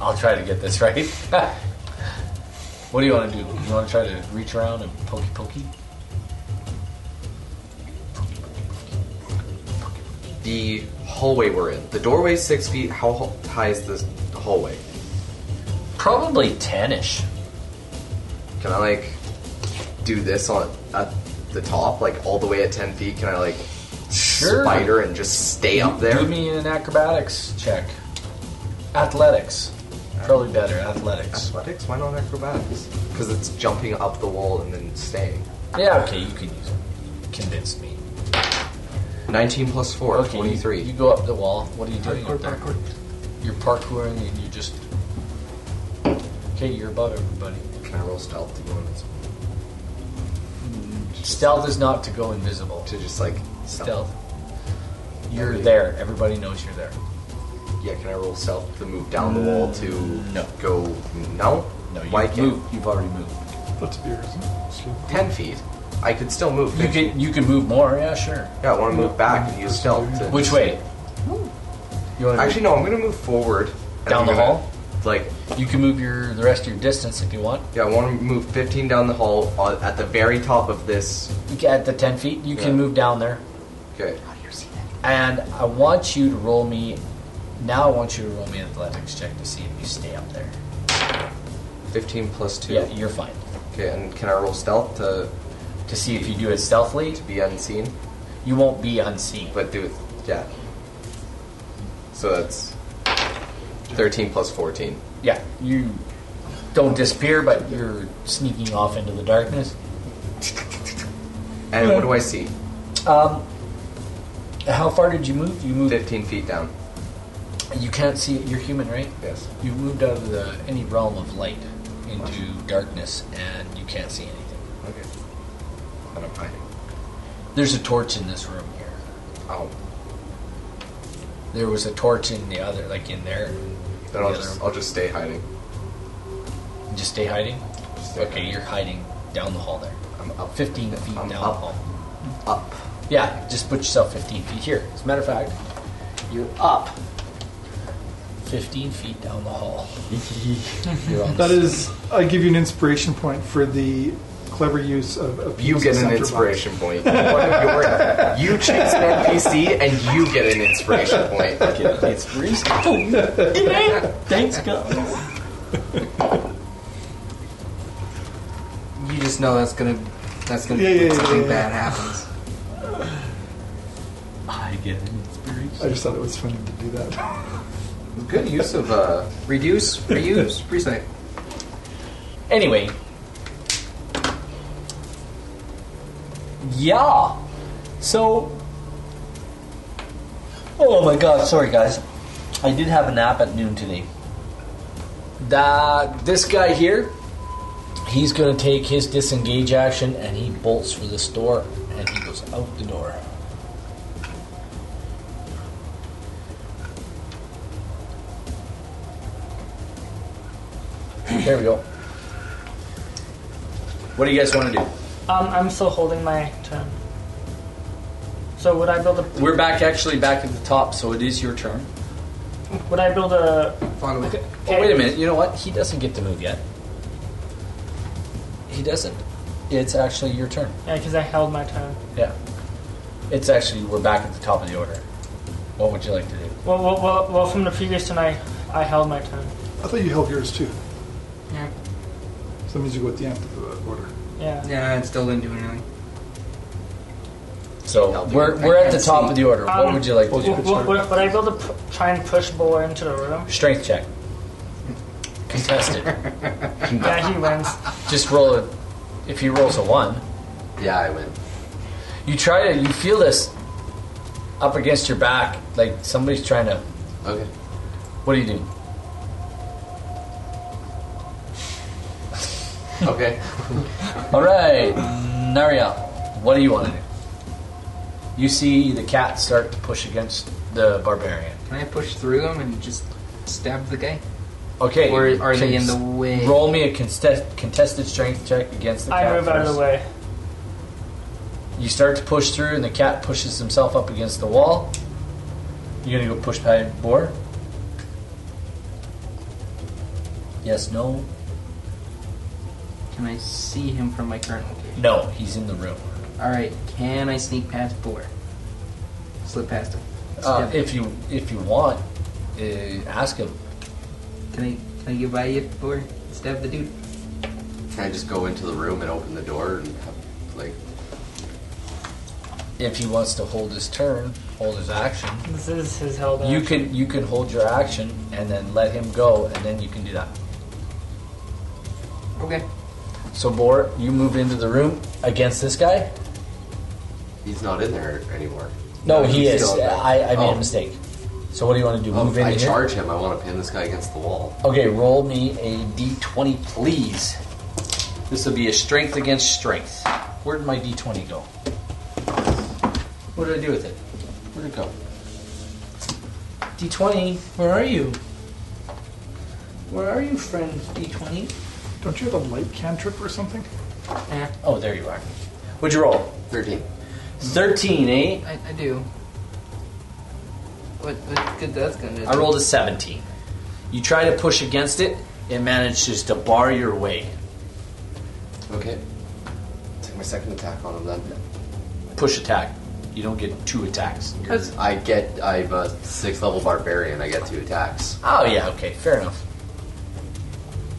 Speaker 1: I'll try to get this right. what do you want to do? You want to try to reach around and pokey pokey?
Speaker 7: The hallway we're in. The doorway's six feet. How ho- high is this hallway?
Speaker 1: Probably 10-ish.
Speaker 7: Can I like do this on at the top, like all the way at 10 feet? Can I like
Speaker 1: Sure.
Speaker 7: spider and just stay up there?
Speaker 1: Do me an acrobatics check. Athletics. Probably better. Athletics.
Speaker 7: Athletics? Why not acrobatics? Because it's jumping up the wall and then staying.
Speaker 1: Yeah, okay, you can use it. Convince me.
Speaker 7: 19 plus 4,
Speaker 1: Okay, you-
Speaker 7: 23.
Speaker 1: You, go up the wall. What are you doing up
Speaker 5: Parkour,
Speaker 1: there?
Speaker 5: parkour.
Speaker 1: You're parkouring and you just. Okay, you're above everybody.
Speaker 7: Can I roll stealth to go in this-
Speaker 1: Stealth is not to go invisible.
Speaker 7: To just like
Speaker 1: Stealth. You're
Speaker 7: Okay.
Speaker 1: there. Everybody knows you're there.
Speaker 7: Yeah, can I roll stealth to move down the wall to
Speaker 1: No.
Speaker 7: go? No?
Speaker 1: No, you
Speaker 7: Why can't?
Speaker 1: move. You've already moved.
Speaker 2: Let's be reasonable.
Speaker 7: 10 feet. I could still move.
Speaker 1: You can you can move more. Yeah, sure.
Speaker 7: Yeah, I want to move back and use stealth. To...
Speaker 1: Which way? You want to
Speaker 7: Actually, no, I'm going to move forward. and
Speaker 1: Down
Speaker 7: I'm
Speaker 1: the
Speaker 7: gonna,
Speaker 1: hall?
Speaker 7: Like,
Speaker 1: You can move your the rest of your distance if you want.
Speaker 7: yeah, I want to move 15 down the hall on, at the very top of this.
Speaker 1: You can, at the ten feet, you
Speaker 7: Yeah.
Speaker 1: can move down there.
Speaker 7: Okay.
Speaker 1: Oh, And I want you to roll me. Now I want you to roll me an athletics check to see if you stay up there.
Speaker 7: 15 plus 2.
Speaker 1: Yeah, you're fine.
Speaker 7: Okay, and can I roll stealth to,
Speaker 1: To see if you do it stealthily,
Speaker 7: to be unseen?
Speaker 1: you won't be unseen.
Speaker 7: But do it. Yeah. So that's 13 plus 14.
Speaker 1: Yeah, you don't disappear, but you're sneaking off into the darkness.
Speaker 7: And what do I see?
Speaker 1: Um, how far did you move? You moved.
Speaker 7: 15 feet down.
Speaker 1: You can't see. You're human, right?
Speaker 7: Yes.
Speaker 1: You moved out of the any realm of light into darkness, and you can't see anything.
Speaker 7: Okay. And I'm hiding.
Speaker 1: There's a torch in this room here.
Speaker 7: Oh.
Speaker 1: There was a torch in the other, like in there.
Speaker 7: Then I'll just, I'll just stay hiding.
Speaker 1: Just stay hiding.
Speaker 7: Stay
Speaker 1: Okay,
Speaker 7: hiding.
Speaker 1: you're hiding down the hall there.
Speaker 7: I'm up.
Speaker 1: 15 feet
Speaker 7: I'm
Speaker 1: down
Speaker 7: up.
Speaker 1: the hall.
Speaker 7: Up.
Speaker 1: Yeah, just put yourself 15 feet here. As a matter of fact, you're up 15 feet down the hall. You're on
Speaker 2: That
Speaker 1: the-
Speaker 2: is, I give you an inspiration point for the clever use of. of
Speaker 7: You get an
Speaker 2: center
Speaker 7: inspiration point. One of your- you chase an NPC and you get an inspiration point.
Speaker 1: It's reasonable. Thanks, God.
Speaker 5: You just know that's gonna that's gonna
Speaker 2: Yeah, yeah, yeah,
Speaker 5: something
Speaker 2: yeah.
Speaker 5: bad happens.
Speaker 1: I get an inspiration.
Speaker 2: box. I just thought it was funny to do that.
Speaker 7: Good use of uh,
Speaker 5: Reduce, reuse, recycle.
Speaker 1: Anyway. Yeah. So. Oh my god, sorry guys. I did have a nap at noon today. That this guy here, he's gonna take his disengage action and he bolts for this door and he goes out the door. There we go. What do you guys want to do?
Speaker 4: Um, I'm still holding my turn. So would I build a?
Speaker 1: We're back actually back at the top, so it is your turn.
Speaker 4: Would I build a?
Speaker 5: Follow it.
Speaker 1: Oh, wait a minute. You know what? He doesn't get to move yet. He doesn't. It's actually your turn.
Speaker 4: Yeah, because I held my turn.
Speaker 1: Yeah. It's actually, we're back at the top of the order. What would you like to do?
Speaker 4: Well, well, well, well from the previous turn, I, I held my turn.
Speaker 2: I thought you held yours too.
Speaker 5: Yeah.
Speaker 2: So that means you go at the end of the order.
Speaker 4: Yeah.
Speaker 5: Yeah, it still didn't do anything.
Speaker 1: So,
Speaker 7: I'll do
Speaker 1: we're,
Speaker 5: it.
Speaker 1: we're
Speaker 5: I
Speaker 1: at the
Speaker 5: can't
Speaker 1: top
Speaker 5: see.
Speaker 1: of the order. What
Speaker 4: Um,
Speaker 1: would you like to
Speaker 2: Well, you
Speaker 1: do?
Speaker 2: could
Speaker 4: Would,
Speaker 2: start.
Speaker 4: would, would I build a p- try and push Boar into the room?
Speaker 1: Strength check. Contested.
Speaker 4: yeah, he wins.
Speaker 1: Just roll a. If he rolls a one,
Speaker 3: Yeah, I win.
Speaker 1: you try to. You feel this up against your back, like somebody's trying to.
Speaker 3: Okay.
Speaker 1: What are you doing?
Speaker 3: Okay.
Speaker 1: All right, Naria, what do you want to do? You see the cat start to push against the barbarian.
Speaker 8: Can I push through them and just stab the guy?
Speaker 1: Okay.
Speaker 8: Or are they in
Speaker 1: cons-
Speaker 8: the way?
Speaker 1: Roll me a contest, contested strength check against the cat.
Speaker 4: I move out of
Speaker 1: first.
Speaker 4: the way.
Speaker 1: You start to push through, and the cat pushes himself up against the wall. You gonna go push by boar? Yes, no,
Speaker 8: Can I see him from my current location?
Speaker 1: no. He's in the room.
Speaker 8: All right. Can I sneak past four? Slip past him.
Speaker 1: Uh,
Speaker 8: Stab him.
Speaker 1: if you if you want, uh, ask him.
Speaker 8: Can I? Can I get by you four? Stab the dude.
Speaker 3: Can I just go into the room and open the door and have, like,
Speaker 1: If he wants to hold his turn, hold his action.
Speaker 4: This is his held
Speaker 1: You
Speaker 4: action.
Speaker 1: can you can hold your action and then let him go, and then you can do that.
Speaker 8: Okay.
Speaker 1: So, Boar, you move into the room against this guy.
Speaker 3: he's not in there anymore.
Speaker 1: No,
Speaker 3: He's
Speaker 1: he is.
Speaker 3: still in there.
Speaker 1: I, I made
Speaker 3: Oh.
Speaker 1: a mistake. So, what do you want to do?
Speaker 3: Um,
Speaker 1: move in
Speaker 3: I
Speaker 1: here?
Speaker 3: charge him. I want to pin this guy against the wall.
Speaker 1: Okay, roll me a d20, please. This will be a strength against strength. Where did my d20 go? What did I do with it? Where did it go? D20, where are you? Where are you, friend D20?
Speaker 2: Don't you have a light cantrip or something?
Speaker 1: Oh, there you are. What'd you roll?
Speaker 3: 13.
Speaker 1: 13, eh?
Speaker 5: I, I do. What, what good that's gonna do?
Speaker 1: I rolled a 17. You try to push against it, it manages to bar your way.
Speaker 3: Okay. Take my second attack on him then.
Speaker 1: Push attack. You don't get two attacks.
Speaker 3: I get. I'm a sixth level barbarian. I get two attacks.
Speaker 1: Oh, yeah, okay, fair enough.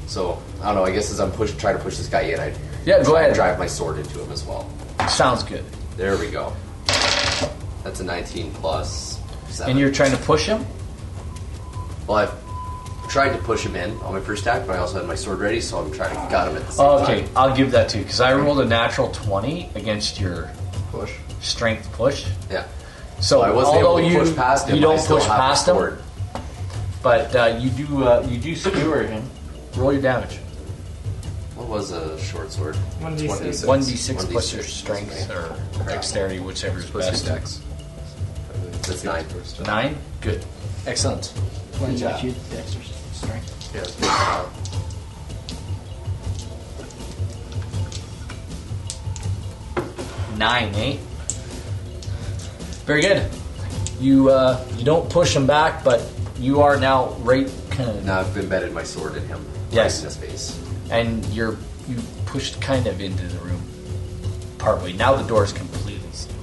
Speaker 3: So I don't know. I guess as I'm push, try to push this guy in, I
Speaker 1: Yeah, go
Speaker 3: try
Speaker 1: ahead.
Speaker 3: and drive my sword into him as well.
Speaker 1: Sounds good.
Speaker 3: There we go. That's a 19 plus seven.
Speaker 1: And you're trying to push him?
Speaker 3: well, I've tried to push him in on my first attack, but I also had my sword ready, so I'm trying to got him at the same
Speaker 1: Okay,
Speaker 3: time.
Speaker 1: I'll give that to you because I rolled a natural 20 against your
Speaker 3: Push.
Speaker 1: strength push.
Speaker 3: Yeah.
Speaker 1: So
Speaker 3: I wasn't
Speaker 1: although
Speaker 3: able to
Speaker 1: you,
Speaker 3: push past him.
Speaker 1: you
Speaker 3: but I
Speaker 1: don't
Speaker 3: still
Speaker 1: push
Speaker 3: have the
Speaker 1: past him,
Speaker 3: sword.
Speaker 1: but uh, you do uh, you do skewer him. Roll your damage.
Speaker 3: What was a short sword?
Speaker 4: 1d6.
Speaker 1: 1d6 plus
Speaker 3: 1d6.
Speaker 1: your strength or dexterity, whichever is
Speaker 7: Plus
Speaker 1: best.
Speaker 7: your dex.
Speaker 3: That's nine.
Speaker 1: Nine? Good. Excellent.
Speaker 5: Why
Speaker 1: job.
Speaker 5: not you Dexter strength?
Speaker 3: Yeah. it's good. Uh,
Speaker 1: Nine, eh? Very good. You uh, you don't push him back, but you are now right kind of
Speaker 3: Now I've embedded my sword in him. right
Speaker 1: Yes.
Speaker 3: In his face.
Speaker 1: and you're you pushed kind of into the room partway. Now the door is completely sealed.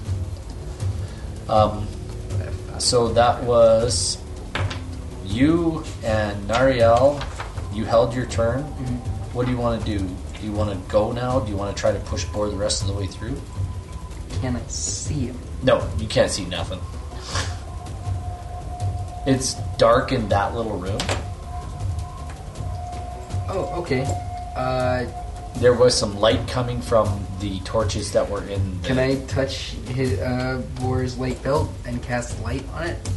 Speaker 1: Um, so that was you and Nariel. You held your turn. What do you want to do? Do you want to go now? Do you want to try to push board the rest of the way through?
Speaker 8: Can I see him?
Speaker 1: No, you can't see nothing. It's dark in that little room.
Speaker 8: Oh, okay. Uh,
Speaker 1: There was some light coming from the torches that were in. The,
Speaker 8: can I touch his uh, Boar's light belt and cast light on it,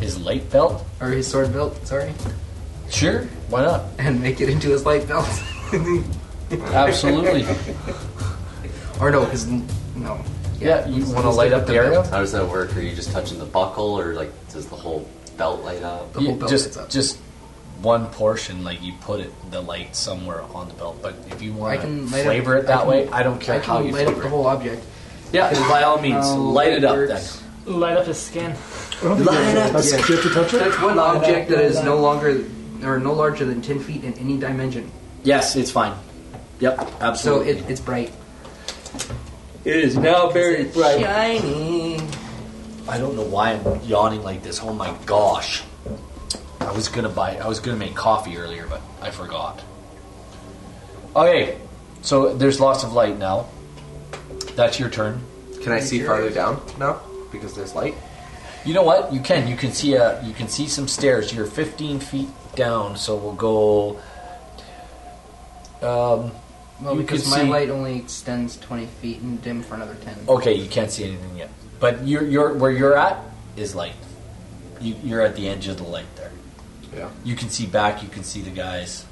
Speaker 1: His light belt.
Speaker 8: or his sword belt? Sorry,
Speaker 1: Sure, why not?
Speaker 8: and make it into his light belt.
Speaker 1: Absolutely.
Speaker 8: or no, his no.
Speaker 1: yeah, you want to light up the area?
Speaker 3: How does that work? Are you just touching the buckle, or like does the whole belt light up?
Speaker 8: The whole
Speaker 1: Yeah,
Speaker 8: belt lights
Speaker 1: just
Speaker 8: up.
Speaker 1: just one portion, like you put it the light somewhere on the belt. But if you
Speaker 8: I
Speaker 1: want to
Speaker 8: can light
Speaker 1: flavor
Speaker 8: up,
Speaker 1: it that
Speaker 8: I can-
Speaker 1: way, I don't care
Speaker 8: I
Speaker 1: how
Speaker 8: can
Speaker 1: you
Speaker 8: light up
Speaker 1: flavor
Speaker 8: the
Speaker 1: it.
Speaker 8: whole object.
Speaker 1: yeah, by all means,
Speaker 8: Uh,
Speaker 1: light it up. Then.
Speaker 8: works.
Speaker 4: Light up his skin.
Speaker 2: I don't think
Speaker 8: Light
Speaker 2: that's,
Speaker 8: up.
Speaker 2: that's, do you have to touch it.
Speaker 8: That's one object that is no longer or no larger than ten feet in any dimension.
Speaker 1: Yes, it's fine. Yep,
Speaker 8: So
Speaker 1: absolutely.
Speaker 8: it, it's bright.
Speaker 1: it is now
Speaker 8: It's Shiny.
Speaker 1: I don't know why I'm yawning like this. Oh my gosh! I was gonna buy. I was gonna make coffee earlier, but I forgot. Okay, so there's lots of light now. That's your turn.
Speaker 7: Can I see farther down now? Because there's light.
Speaker 1: You know what? You can. You can see a. You can see some stairs. You're 15 feet down, so we'll go. Um.
Speaker 8: Well,
Speaker 1: You
Speaker 8: because
Speaker 1: can
Speaker 8: my
Speaker 1: see- Oh,
Speaker 8: light only extends twenty feet and dim for another ten.
Speaker 1: Okay, you can't see anything yet, but you're, you're where you're at is light. You, you're at the edge of the light there.
Speaker 7: Yeah.
Speaker 1: You can see back. You can see the guys.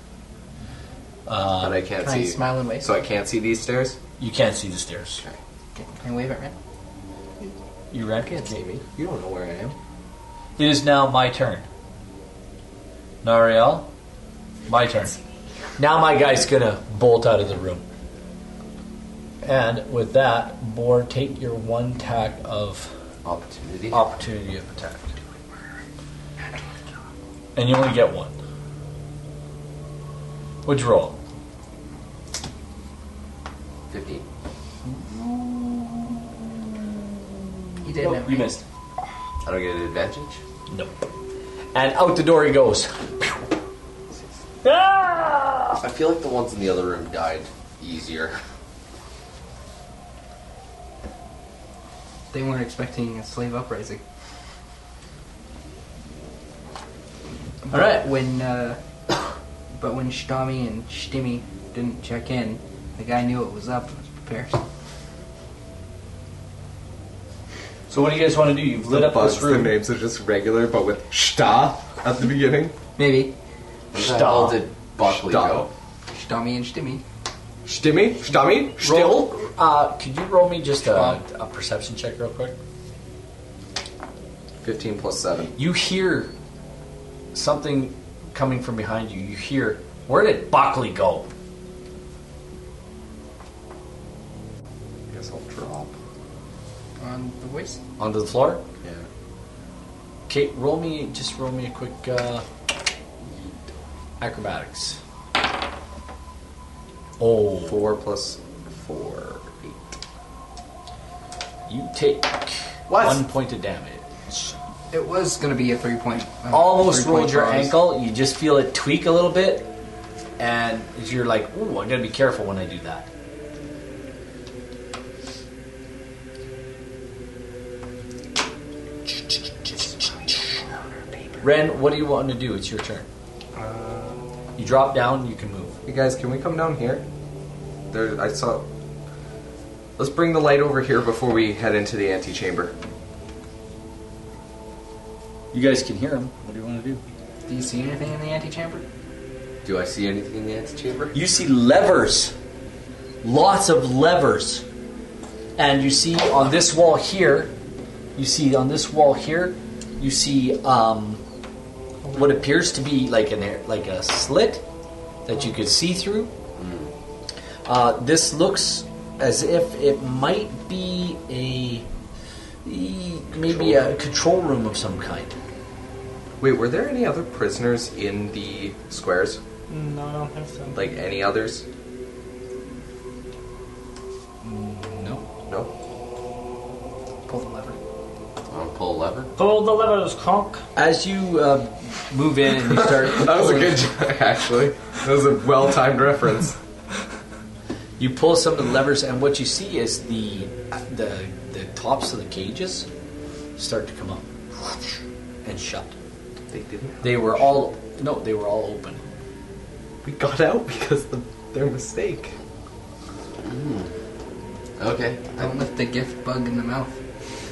Speaker 7: But I can't
Speaker 8: Can I
Speaker 7: see.
Speaker 8: smile and wave?
Speaker 7: So I can't see these stairs.
Speaker 1: You can't see the stairs.
Speaker 8: Can I wave at Ren?
Speaker 1: You ran?
Speaker 7: You don't know where I am.
Speaker 9: It is now my turn. Nariel, my turn.
Speaker 1: Now my guy's gonna bolt out of the room.
Speaker 6: And with that, Boar, take your one tack of
Speaker 3: Opportunity.
Speaker 1: Oh.
Speaker 6: opportunity of attack. And you only get one. What'd you roll?
Speaker 3: 15.
Speaker 5: You did it.
Speaker 1: You missed.
Speaker 3: I don't get an advantage.
Speaker 1: Nope. And out the door he goes.
Speaker 3: I feel like the ones in the other room died easier.
Speaker 8: They weren't expecting a slave uprising.
Speaker 6: All right.
Speaker 8: When, uh, but when Shtami and Shtimmy didn't check in, the guy knew it was up and was prepared.
Speaker 6: So what do you guys want to do? You've lit up
Speaker 7: Bugs,
Speaker 6: this
Speaker 7: the
Speaker 6: room.
Speaker 7: names are just regular, but with shta at the beginning.
Speaker 8: Maybe
Speaker 3: Where the hell did Buckley
Speaker 7: Stop.
Speaker 3: go?
Speaker 8: Shtami and Shtimmy.
Speaker 7: Shtimmy? Shtami? Shtil?
Speaker 1: Roll. Uh, could you roll me just a, a perception check real quick?
Speaker 7: 15 plus 7.
Speaker 1: You hear something coming from behind you. You hear, where did Buckley go?
Speaker 7: I guess I'll drop.
Speaker 5: On the voice.
Speaker 1: Onto the floor?
Speaker 7: Yeah.
Speaker 1: Okay, roll me, just roll me a quick uh, acrobatics. Oh.
Speaker 7: 4 plus 4.
Speaker 1: You take
Speaker 3: What?
Speaker 1: one point of damage.
Speaker 8: It was gonna be a three point. uh,
Speaker 1: Almost
Speaker 8: three-point
Speaker 1: rolled your
Speaker 8: pause.
Speaker 1: ankle. You just feel it tweak a little bit, and you're like, "Ooh, I gotta be careful when I do that." Ren, what do you want to do? It's your turn. You drop down. You can move.
Speaker 7: Hey guys, can we come down here? There, I saw. Let's bring the light over here before we head into the antechamber.
Speaker 1: You guys can hear him. What do you want to do?
Speaker 5: Do you see anything in the antechamber?
Speaker 3: Do I see anything in the antechamber?
Speaker 1: You see levers, lots of levers. And you see on this wall here, you see on this wall here, you see um, what appears to be like an air, like a slit that you could see through. Uh, this looks as if it might be a e- maybe a control room of some kind.
Speaker 7: Wait, were there any other prisoners in the squares?
Speaker 4: No, I don't think so.
Speaker 7: Like any others?
Speaker 1: No.
Speaker 7: No?
Speaker 5: Pull the lever.
Speaker 3: I want to pull a lever.
Speaker 4: Pull the levers, conk.
Speaker 1: As you uh, move in and you start,
Speaker 7: That was a good joke, actually. That was a well timed reference.
Speaker 1: You pull some of the levers, and what you see is the the the tops of the cages start to come up and shut.
Speaker 7: They didn't.
Speaker 1: They were all no, they were all open.
Speaker 7: We got out because of their mistake.
Speaker 3: Okay.
Speaker 8: Don't let the gift bug in the mouth.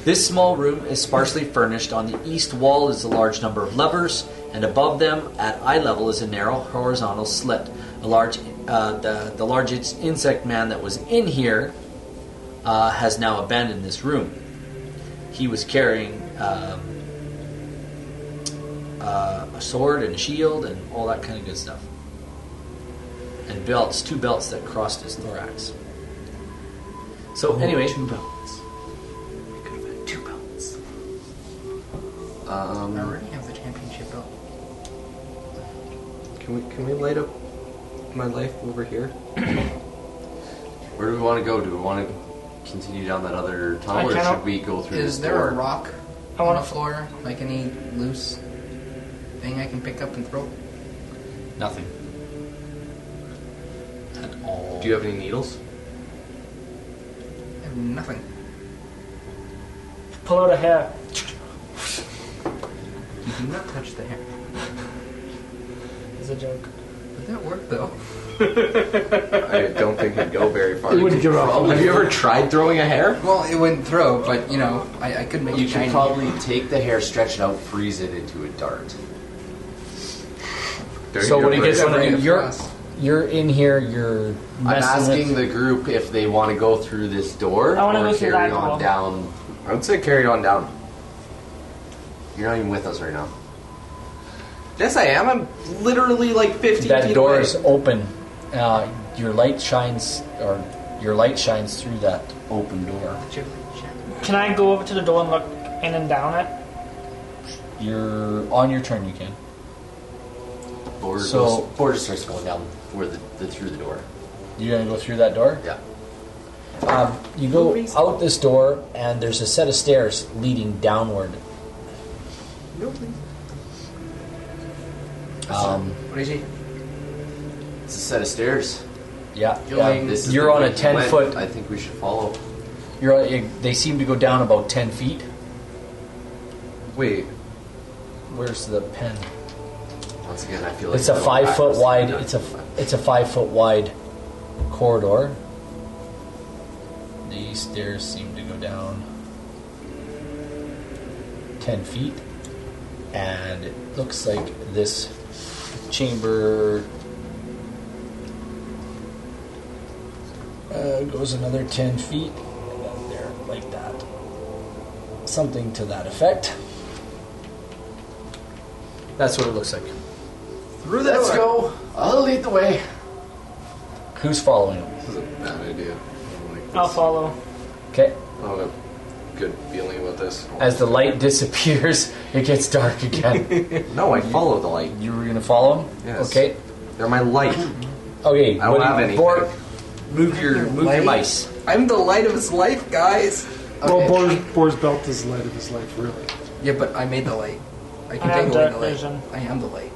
Speaker 1: This small room is sparsely furnished. On the east wall is a large number of levers, and above them, at eye level, is a narrow horizontal slit. A large, uh, the the large insect man that was in here uh, has now abandoned this room. He was carrying um, uh, a sword and a shield and all that kind of good stuff, and belts, two belts that crossed his thorax. So anyway,
Speaker 5: Two belts. I
Speaker 3: Um,
Speaker 5: already have the championship belt.
Speaker 7: Can we can we light up my life over here?
Speaker 3: where do we want to go? Do we want to continue down that other tunnel,
Speaker 4: I
Speaker 3: or
Speaker 4: cannot-
Speaker 3: should we go through
Speaker 5: Is
Speaker 3: this
Speaker 5: there
Speaker 3: door?
Speaker 5: a rock
Speaker 4: I
Speaker 5: on
Speaker 4: wanna-
Speaker 5: the floor? Like any loose thing I can pick up and throw?
Speaker 1: Nothing. At all.
Speaker 7: Do you have any needles?
Speaker 5: I have nothing.
Speaker 4: Pull out a hair.
Speaker 5: You do not touch the hair.
Speaker 4: It's a joke.
Speaker 5: Would that work though?
Speaker 7: I don't think it'd go very far.
Speaker 2: It wouldn't give off.
Speaker 7: Have you ever tried throwing a hair?
Speaker 5: Well, it wouldn't throw, but you know, I, I could make
Speaker 3: You
Speaker 5: it
Speaker 3: can
Speaker 5: shiny.
Speaker 3: probably take the hair, stretch it out, freeze it into a dart.
Speaker 1: So what do you guys
Speaker 7: Dirty
Speaker 1: want to
Speaker 5: Right
Speaker 1: do?
Speaker 5: up
Speaker 1: You're
Speaker 5: us.
Speaker 1: you're in here. You're messing
Speaker 3: I'm asking
Speaker 1: with-
Speaker 3: the group if they want to go through this door
Speaker 4: I wanna
Speaker 3: or
Speaker 4: go through
Speaker 3: carry
Speaker 4: that
Speaker 3: on
Speaker 4: door.
Speaker 3: down.
Speaker 7: I would say carry on down.
Speaker 3: You're not even with us right now.
Speaker 7: Yes, I am. I'm literally like 50
Speaker 6: That
Speaker 7: feet
Speaker 6: door
Speaker 7: away.
Speaker 6: is open. Uh, your light shines, or your light shines through that open door.
Speaker 4: Can I go over to the door and look in and down it?
Speaker 6: You're on your turn. You can.
Speaker 3: Border
Speaker 6: So-
Speaker 3: goes, border starts going down where the, the through the door.
Speaker 6: You're gonna go through that door.
Speaker 3: Yeah.
Speaker 6: Um, you go out this door, and there's a set of stairs leading downward. Um,
Speaker 8: What is he?
Speaker 3: It's a set of stairs.
Speaker 6: yeah,
Speaker 3: Yeah,
Speaker 6: yeah.
Speaker 3: this is
Speaker 6: You're
Speaker 3: the
Speaker 6: on
Speaker 3: way
Speaker 6: a
Speaker 3: he
Speaker 6: ten
Speaker 3: went.
Speaker 6: foot.
Speaker 3: I think we should follow.
Speaker 6: You're. on- you- They seem to go down about ten feet.
Speaker 7: Wait,
Speaker 6: Where's the pen?
Speaker 3: Once again, I feel like
Speaker 6: It's a
Speaker 3: I'm
Speaker 6: five foot
Speaker 3: backwards.
Speaker 6: wide. It's a it's a five foot wide corridor. These stairs seem to go down ten feet, and it looks like this chamber uh, goes another ten feet, and then there, like that. Something to that effect. That's what it looks like.
Speaker 7: through the
Speaker 3: Let's
Speaker 7: door.
Speaker 3: go. I'll lead the way.
Speaker 6: Who's following him?
Speaker 7: This is a bad idea. I don't like
Speaker 4: I'll
Speaker 7: this.
Speaker 4: follow.
Speaker 6: Okay.
Speaker 7: I don't have a good feeling about this.
Speaker 6: As the light disappears, it gets dark again.
Speaker 7: no, I follow the light.
Speaker 6: you were gonna follow him?
Speaker 7: Yes.
Speaker 6: Okay.
Speaker 7: They're my light.
Speaker 6: Okay.
Speaker 7: I don't
Speaker 6: what do you-
Speaker 7: have anything.
Speaker 6: Bork, move your move your mice.
Speaker 7: I'm the light of his life, guys.
Speaker 2: Well, Boar's, Boar's belt is the light of his life, really.
Speaker 8: Yeah, but I made the light. I can
Speaker 4: I have
Speaker 8: take away
Speaker 4: dark
Speaker 8: the light.
Speaker 4: vision.
Speaker 8: I am the light.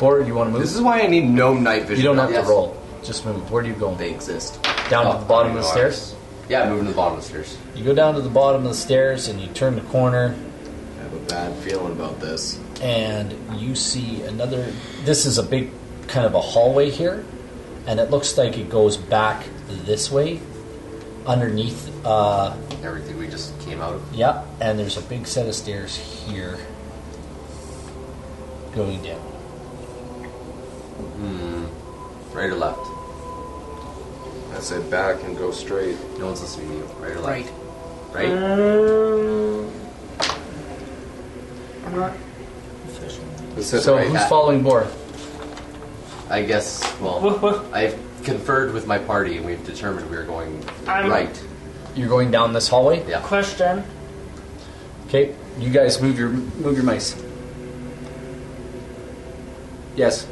Speaker 6: Bork, you want to
Speaker 7: This
Speaker 6: move?
Speaker 7: is why I need no night vision.
Speaker 6: You don't have
Speaker 3: Yes.
Speaker 6: to roll. Just move. Where do you go?
Speaker 3: They exist.
Speaker 6: Down
Speaker 3: Oh,
Speaker 6: to the Uh, bottom of the
Speaker 3: they are.
Speaker 6: stairs.
Speaker 3: Yeah, moving to the bottom of the stairs.
Speaker 6: You go down to the bottom of the stairs and you turn the corner
Speaker 3: I have a bad feeling about this.
Speaker 6: and you see another. This is a big kind of a hallway here, and it looks like it goes back this way, underneath. Uh,
Speaker 3: Everything we just came out of.
Speaker 6: Yep, and there's a big set of stairs here going down.
Speaker 3: Right or left?
Speaker 7: I said back and go straight.
Speaker 3: No one's listening to you. Right or
Speaker 8: Right.
Speaker 3: left? Right.
Speaker 4: I'm not efficient.
Speaker 7: It said
Speaker 6: so
Speaker 7: right.
Speaker 6: who's
Speaker 3: at-
Speaker 6: following Bor?
Speaker 3: I guess.
Speaker 4: Woof,
Speaker 3: Well,
Speaker 4: woof.
Speaker 3: I've conferred with my party and we've determined we are going
Speaker 4: I'm-
Speaker 3: right.
Speaker 6: You're going down this hallway.
Speaker 3: Yeah.
Speaker 4: Question.
Speaker 6: Okay, you guys move your.
Speaker 1: Move your mice. Yes.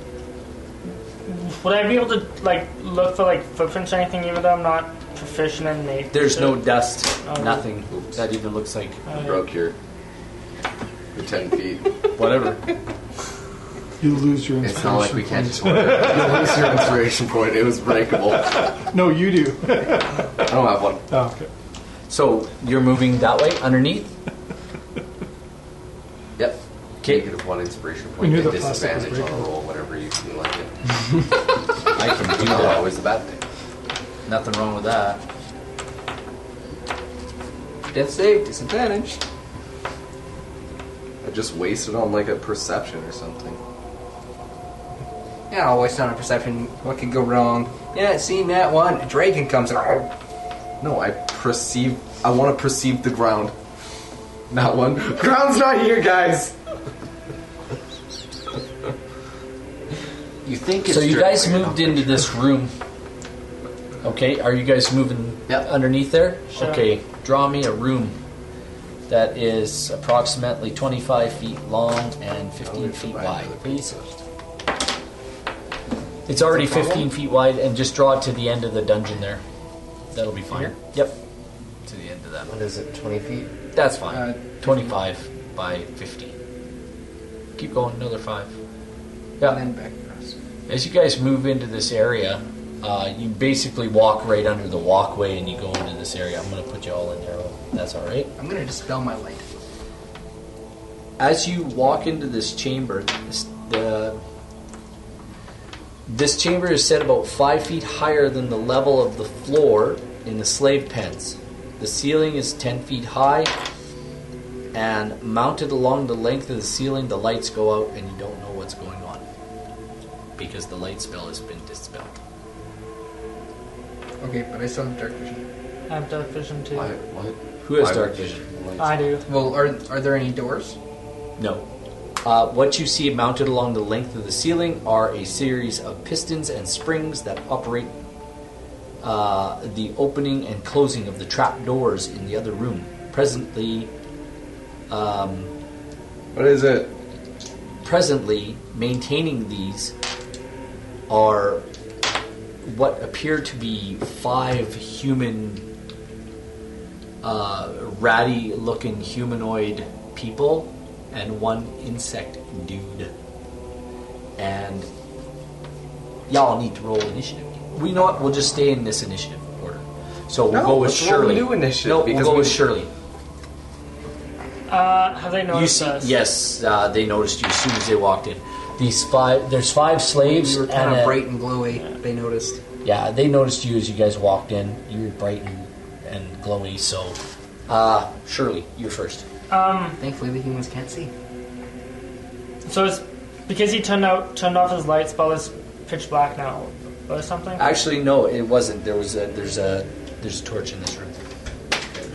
Speaker 4: Would I be able to like look for like footprints or anything, even though I'm not proficient in nature?
Speaker 1: There's no dust,
Speaker 4: Oh.
Speaker 1: nothing that even looks like
Speaker 4: Uh,
Speaker 7: broke your your ten feet.
Speaker 1: whatever.
Speaker 2: You lose your
Speaker 3: It's
Speaker 2: inspiration.
Speaker 3: not like we can't just order. What was your inspiration point? It was breakable. I
Speaker 2: No, you do.
Speaker 7: don't have one.
Speaker 2: oh, okay.
Speaker 6: So you're moving that way underneath.
Speaker 3: Yep. Negative one inspiration point.
Speaker 2: knew
Speaker 3: and
Speaker 2: the plastic was
Speaker 3: disadvantage on a
Speaker 2: breakable.
Speaker 3: roll, whatever you feel like it.
Speaker 6: I can do
Speaker 3: Not
Speaker 6: that.
Speaker 3: always a bad thing.
Speaker 6: Nothing wrong with that.
Speaker 7: Death save disadvantage. I just wasted on like a perception or something.
Speaker 8: Yeah, I'll waste on a perception. What could go wrong? Yeah, seen that one. A dragon comes.
Speaker 7: No, I perceive. I want to perceive the ground. Not one. Ground's not here, guys.
Speaker 3: You think it's
Speaker 6: So you
Speaker 3: driven
Speaker 6: guys
Speaker 3: by your
Speaker 6: moved
Speaker 3: numbers.
Speaker 6: into this room. Okay, are you guys moving
Speaker 3: Yep.
Speaker 6: underneath there?
Speaker 4: Sure.
Speaker 6: Okay, draw me a room that is approximately 25 feet long and 15 feet wide, please. It's already 15 feet wide, and just draw it to the end of the dungeon there. That'll be fine. Yep. To the end of that.
Speaker 3: What is it? Twenty feet?
Speaker 6: That's fine.
Speaker 8: Uh,
Speaker 6: 25 by 50. Keep going, another five. Yeah.
Speaker 8: And then back across.
Speaker 6: As you guys move into this area, uh, you basically walk right under the walkway and you go into this area. I'm going to put you all in there. That's all right.
Speaker 8: I'm gonna dispel my light.
Speaker 1: As you walk into this chamber, this, the
Speaker 6: This chamber is set about five feet higher than the level of the floor in the slave pens. The ceiling is 10 feet high, and mounted along the length of the ceiling, the lights go out and you don't know what's going on because the light spell has been dispelled.
Speaker 8: Okay, but I still have dark vision.
Speaker 4: I have dark vision too.
Speaker 3: Why, what?
Speaker 1: who has
Speaker 3: Why
Speaker 1: dark
Speaker 3: would you-
Speaker 1: vision?
Speaker 4: I do.
Speaker 8: Well, are are there any doors?
Speaker 6: No. Uh, what you see mounted along the length of the ceiling are a series of pistons and springs that operate uh, the opening and closing of the trap doors in the other room. Presently, um,
Speaker 7: What is it?
Speaker 6: presently maintaining these are what appear to be five human, uh, ratty-looking humanoid people and one insect dude. And y'all need to roll initiative. We know what? We'll just stay in this initiative order. So we'll
Speaker 7: No,
Speaker 6: go with
Speaker 7: let's roll
Speaker 6: Shirley.
Speaker 7: new initiative
Speaker 6: no, we'll
Speaker 7: because
Speaker 6: go
Speaker 7: we-
Speaker 6: with Shirley.
Speaker 4: Uh, have they
Speaker 6: You
Speaker 4: noticed
Speaker 6: see,
Speaker 4: us?
Speaker 6: yes, uh, they noticed you as soon as they walked in. These five, there's five slaves.
Speaker 5: You were
Speaker 6: and
Speaker 5: kind
Speaker 6: a-
Speaker 5: of bright and glowy. They noticed.
Speaker 6: Yeah, they noticed you as you guys walked in. You were bright and, and glowy. So, uh, Shirley, you're first.
Speaker 4: Um,
Speaker 5: Thankfully, the humans can't see.
Speaker 4: so it's because he turned out turned off his light spell. It's pitch black now, or something.
Speaker 6: Actually, no, it wasn't. There was a there's a there's a torch in this room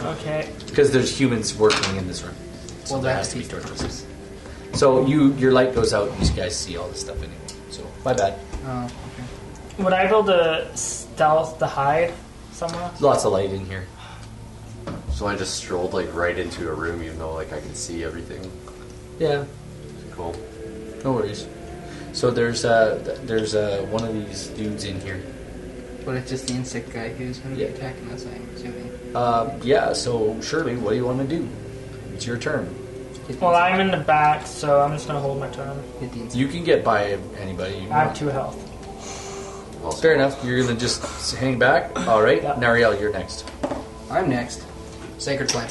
Speaker 4: Okay.
Speaker 6: because there's humans working in this room. So
Speaker 5: Well,
Speaker 6: there
Speaker 5: that
Speaker 6: has to be
Speaker 5: defeats the
Speaker 6: torches. So you your light goes out. and You guys see all this stuff anyway. So my bad.
Speaker 5: Oh,
Speaker 4: Would I be able to stealth to hide somewhere?
Speaker 6: Lots of light in here.
Speaker 3: So I just strolled like right into a room, even though like I can see everything.
Speaker 6: Yeah,
Speaker 3: Cool.
Speaker 6: no worries. So there's uh th- there's uh one of these dudes in here.
Speaker 5: but it's just the insect guy who's going to
Speaker 6: Yeah.
Speaker 5: be attacking us. I'm assuming.
Speaker 6: Uh, yeah. So Shirley, what do you want to do? It's your turn.
Speaker 5: Hit the
Speaker 4: Well, I'm in the back, so I'm just gonna hold my turn.
Speaker 5: insect- hit the insect.
Speaker 6: You can get by anybody. You
Speaker 4: I
Speaker 6: want.
Speaker 4: have two health.
Speaker 3: Also,
Speaker 6: Fair enough. You're gonna just s- hang back. All right,
Speaker 4: Yeah.
Speaker 6: Nariel, you're next.
Speaker 5: I'm next. Sacred flame.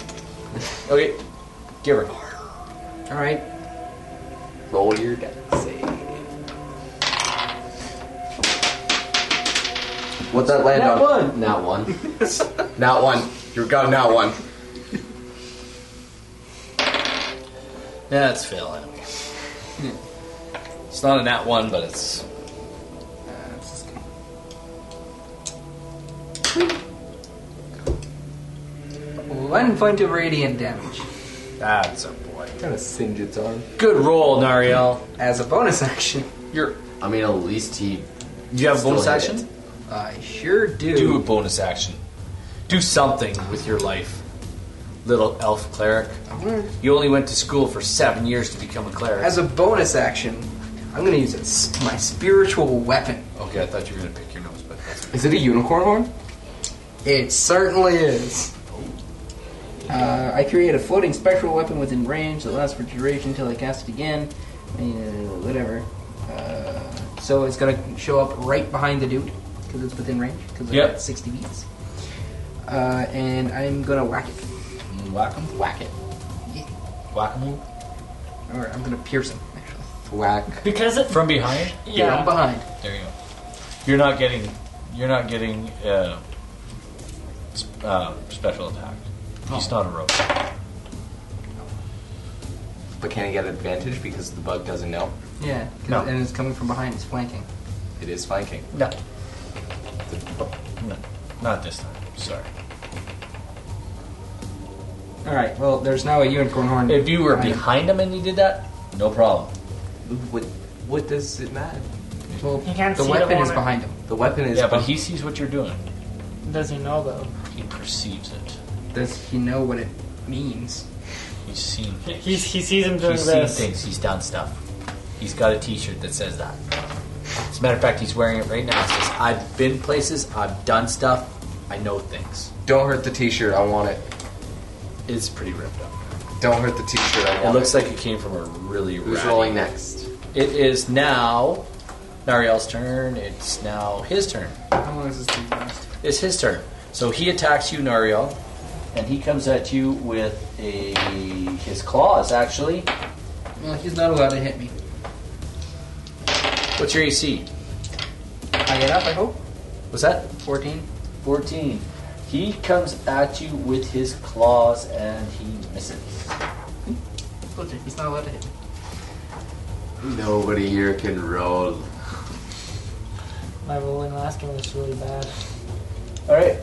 Speaker 6: Okay, give her.
Speaker 5: All right.
Speaker 3: Roll your deck.
Speaker 5: Save.
Speaker 3: What's that land
Speaker 6: Nat
Speaker 3: on? One. Not one. not one. You got not one.
Speaker 6: Yeah, it's fail anyway. it's not a nat one, but it's
Speaker 5: Uh, this is good. One point of radiant damage
Speaker 6: that's a boy.
Speaker 7: Kind of singe its arm.
Speaker 6: Good roll, Nariel.
Speaker 5: as a bonus action.
Speaker 6: You're.
Speaker 3: I mean, at least he.
Speaker 6: You have a
Speaker 3: Still
Speaker 6: bonus
Speaker 3: hit
Speaker 6: action.
Speaker 5: I sure do.
Speaker 6: Do a bonus action. Do something with your life, little elf cleric. You only went to school for seven years to become a cleric.
Speaker 5: As a bonus action, I'm gonna use it, s- my spiritual weapon.
Speaker 6: okay, I thought you were gonna pick your nose, but that's
Speaker 7: Is it a unicorn horn?
Speaker 5: It certainly is. Uh, I create a floating spectral weapon within range that lasts for duration until I cast it again. Uh, whatever. Uh, so it's gonna show up right behind the dude because it's within range because
Speaker 6: Yep.
Speaker 5: it's 60 beats. Uh, and I'm gonna whack it,
Speaker 6: whack 'em,
Speaker 5: whack it,
Speaker 6: whack 'em
Speaker 5: or I'm gonna pierce him. Actually,
Speaker 7: Whack.
Speaker 4: Because it,
Speaker 9: From behind?
Speaker 5: yeah,
Speaker 4: yeah,
Speaker 5: I'm behind.
Speaker 9: There you go. You're not getting. You're not getting. Uh, s- uh, special attack.
Speaker 4: Oh.
Speaker 9: He's not a rogue.
Speaker 3: But can I get advantage because the bug doesn't know?
Speaker 5: Yeah, 'cause-
Speaker 9: No.
Speaker 5: and it's coming from behind. It's flanking.
Speaker 3: It is flanking.
Speaker 9: No. No. Not this time. Sorry.
Speaker 5: All right. Well, there's now a unicorn horn.
Speaker 6: If you were
Speaker 5: behind him.
Speaker 6: behind him and you did that, no problem.
Speaker 7: What, what does it matter?
Speaker 5: Well,
Speaker 4: He can't
Speaker 5: the
Speaker 4: see the
Speaker 5: weapon is
Speaker 4: hornet.
Speaker 5: behind him.
Speaker 7: The weapon is.
Speaker 9: Yeah, but he sees what you're doing.
Speaker 4: does he know though?
Speaker 9: He perceives it.
Speaker 5: Does he know what it means?
Speaker 9: He's seen
Speaker 4: He,
Speaker 9: things.
Speaker 4: he sees him doing
Speaker 6: He's seen
Speaker 4: this.
Speaker 6: things. He's done stuff. He's got a T-shirt that says that. As a matter of fact, he's wearing it right now. It says, "I've been places. I've done stuff. I know things."
Speaker 7: Don't hurt the T-shirt. I want it.
Speaker 6: It's pretty ripped up.
Speaker 7: Don't hurt the T-shirt. I
Speaker 6: It
Speaker 7: want it.
Speaker 6: looks like it came from a really.
Speaker 3: Who's
Speaker 6: ratty-
Speaker 3: rolling next?
Speaker 6: It is now Nariel's turn. It's now his turn.
Speaker 5: How long does this thing last?
Speaker 6: It's his turn. So he attacks you, Nariel, and he comes at you with a his claws. Actually,
Speaker 5: Well, he's not allowed to hit me.
Speaker 6: what's your AC?
Speaker 5: I get up, I hope.
Speaker 6: What's that?
Speaker 5: 14.
Speaker 6: 14. He comes at you with his claws and he misses.
Speaker 5: Told you, He's not allowed to hit me.
Speaker 3: Nobody here can roll.
Speaker 4: My rolling last game was really bad.
Speaker 6: All right.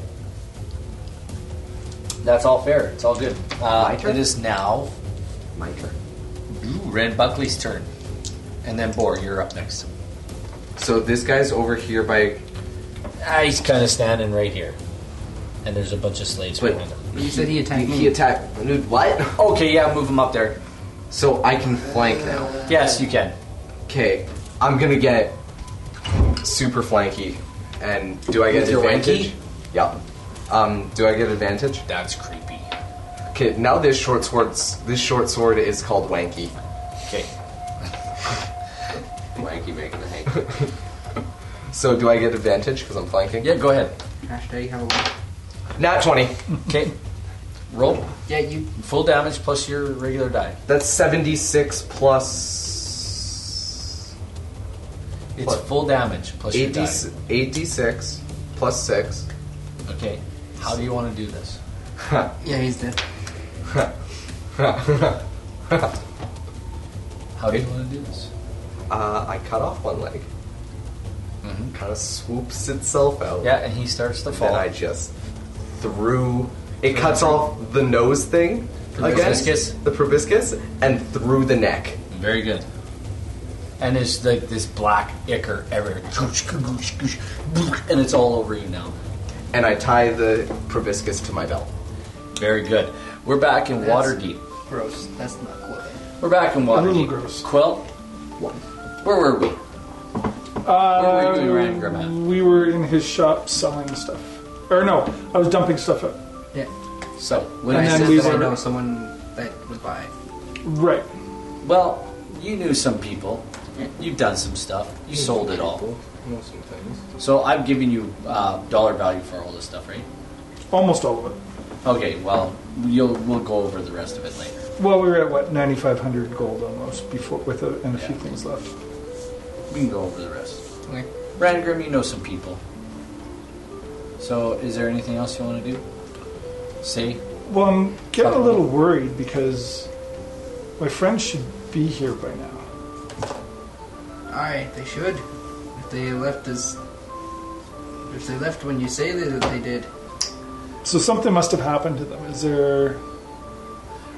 Speaker 6: That's all fair. It's all good. Uh, it is now
Speaker 3: My turn. Ooh, Red Buckley's turn. And then Boar, you're up next.
Speaker 7: So this guy's over here by.
Speaker 3: Ah, he's kind of standing right here. And there's a bunch of slaves
Speaker 7: But-
Speaker 3: behind him.
Speaker 5: You said he attacked
Speaker 7: Mm-hmm.
Speaker 6: He
Speaker 5: me.
Speaker 6: attacked. Dude, what?
Speaker 3: Okay, yeah, move him up there.
Speaker 7: So I can flank now.
Speaker 3: Yes, you can.
Speaker 7: Okay, I'm gonna get super flanky. And do I get
Speaker 3: With your
Speaker 7: advantage?
Speaker 3: wanky?
Speaker 7: Yeah. Um, do I get advantage?
Speaker 3: That's creepy.
Speaker 7: Okay, now this short sword. This short sword is called wanky.
Speaker 3: Okay.
Speaker 6: Wanky making the hank.
Speaker 7: So do I get advantage because I'm flanking?
Speaker 3: Yeah, go ahead.
Speaker 5: Hashtag have a look.
Speaker 7: Nat twenty.
Speaker 3: Okay. Roll
Speaker 5: Yeah, you.
Speaker 3: full damage plus your regular die.
Speaker 7: That's seventy six plus
Speaker 3: It's
Speaker 7: What?
Speaker 3: full damage plus your die.
Speaker 7: 86 86 plus six.
Speaker 3: Okay. How do you want to do this?
Speaker 5: Yeah, he's dead.
Speaker 3: How do you want to do this?
Speaker 7: Uh, I cut off one leg.
Speaker 3: Mhm.
Speaker 7: Kind of swoops itself out.
Speaker 3: Yeah, and he starts to
Speaker 7: And
Speaker 3: fall.
Speaker 7: then I just threw. It cuts off the nose thing. Again,
Speaker 3: Mm-hmm. Proboscis.
Speaker 7: the proboscis, and through the neck.
Speaker 3: Very good. And it's like this black ichor everywhere. And it's all over you now.
Speaker 7: And I tie the proboscis to my belt.
Speaker 3: Very good. We're back in
Speaker 5: That's-
Speaker 3: Waterdeep.
Speaker 5: Gross. That's not cool.
Speaker 3: We're back in Waterdeep.
Speaker 2: little gross.
Speaker 3: Quill? Where were we? Where were you when Ryan Grimm at?
Speaker 2: Uh, we were in his shop selling stuff. Or no, I was dumping stuff out.
Speaker 5: Yeah.
Speaker 3: So,
Speaker 5: But
Speaker 3: when
Speaker 2: And
Speaker 5: I
Speaker 3: I
Speaker 2: then
Speaker 5: said
Speaker 3: said
Speaker 2: we
Speaker 5: that I
Speaker 2: were-
Speaker 5: know someone that would buy. it.
Speaker 2: Right.
Speaker 3: Well, you knew some people. You've done some stuff. You sold it all. So I've given you uh, dollar value for all this stuff, right?
Speaker 2: Almost all of it.
Speaker 3: Okay. Well, you'll we'll go over the rest of it later.
Speaker 2: Well, we were at what 9,500 gold almost before, with a, and a few things left.
Speaker 3: We can go over the rest.
Speaker 5: Okay.
Speaker 3: Randgrim, you know some people. So is there anything else you want to do? Say
Speaker 2: Well, I'm getting a little worried because my friends should be here by now.
Speaker 5: Alright, they should. If they left us. If they left when you say that they did.
Speaker 2: So something must have happened to them. Is there?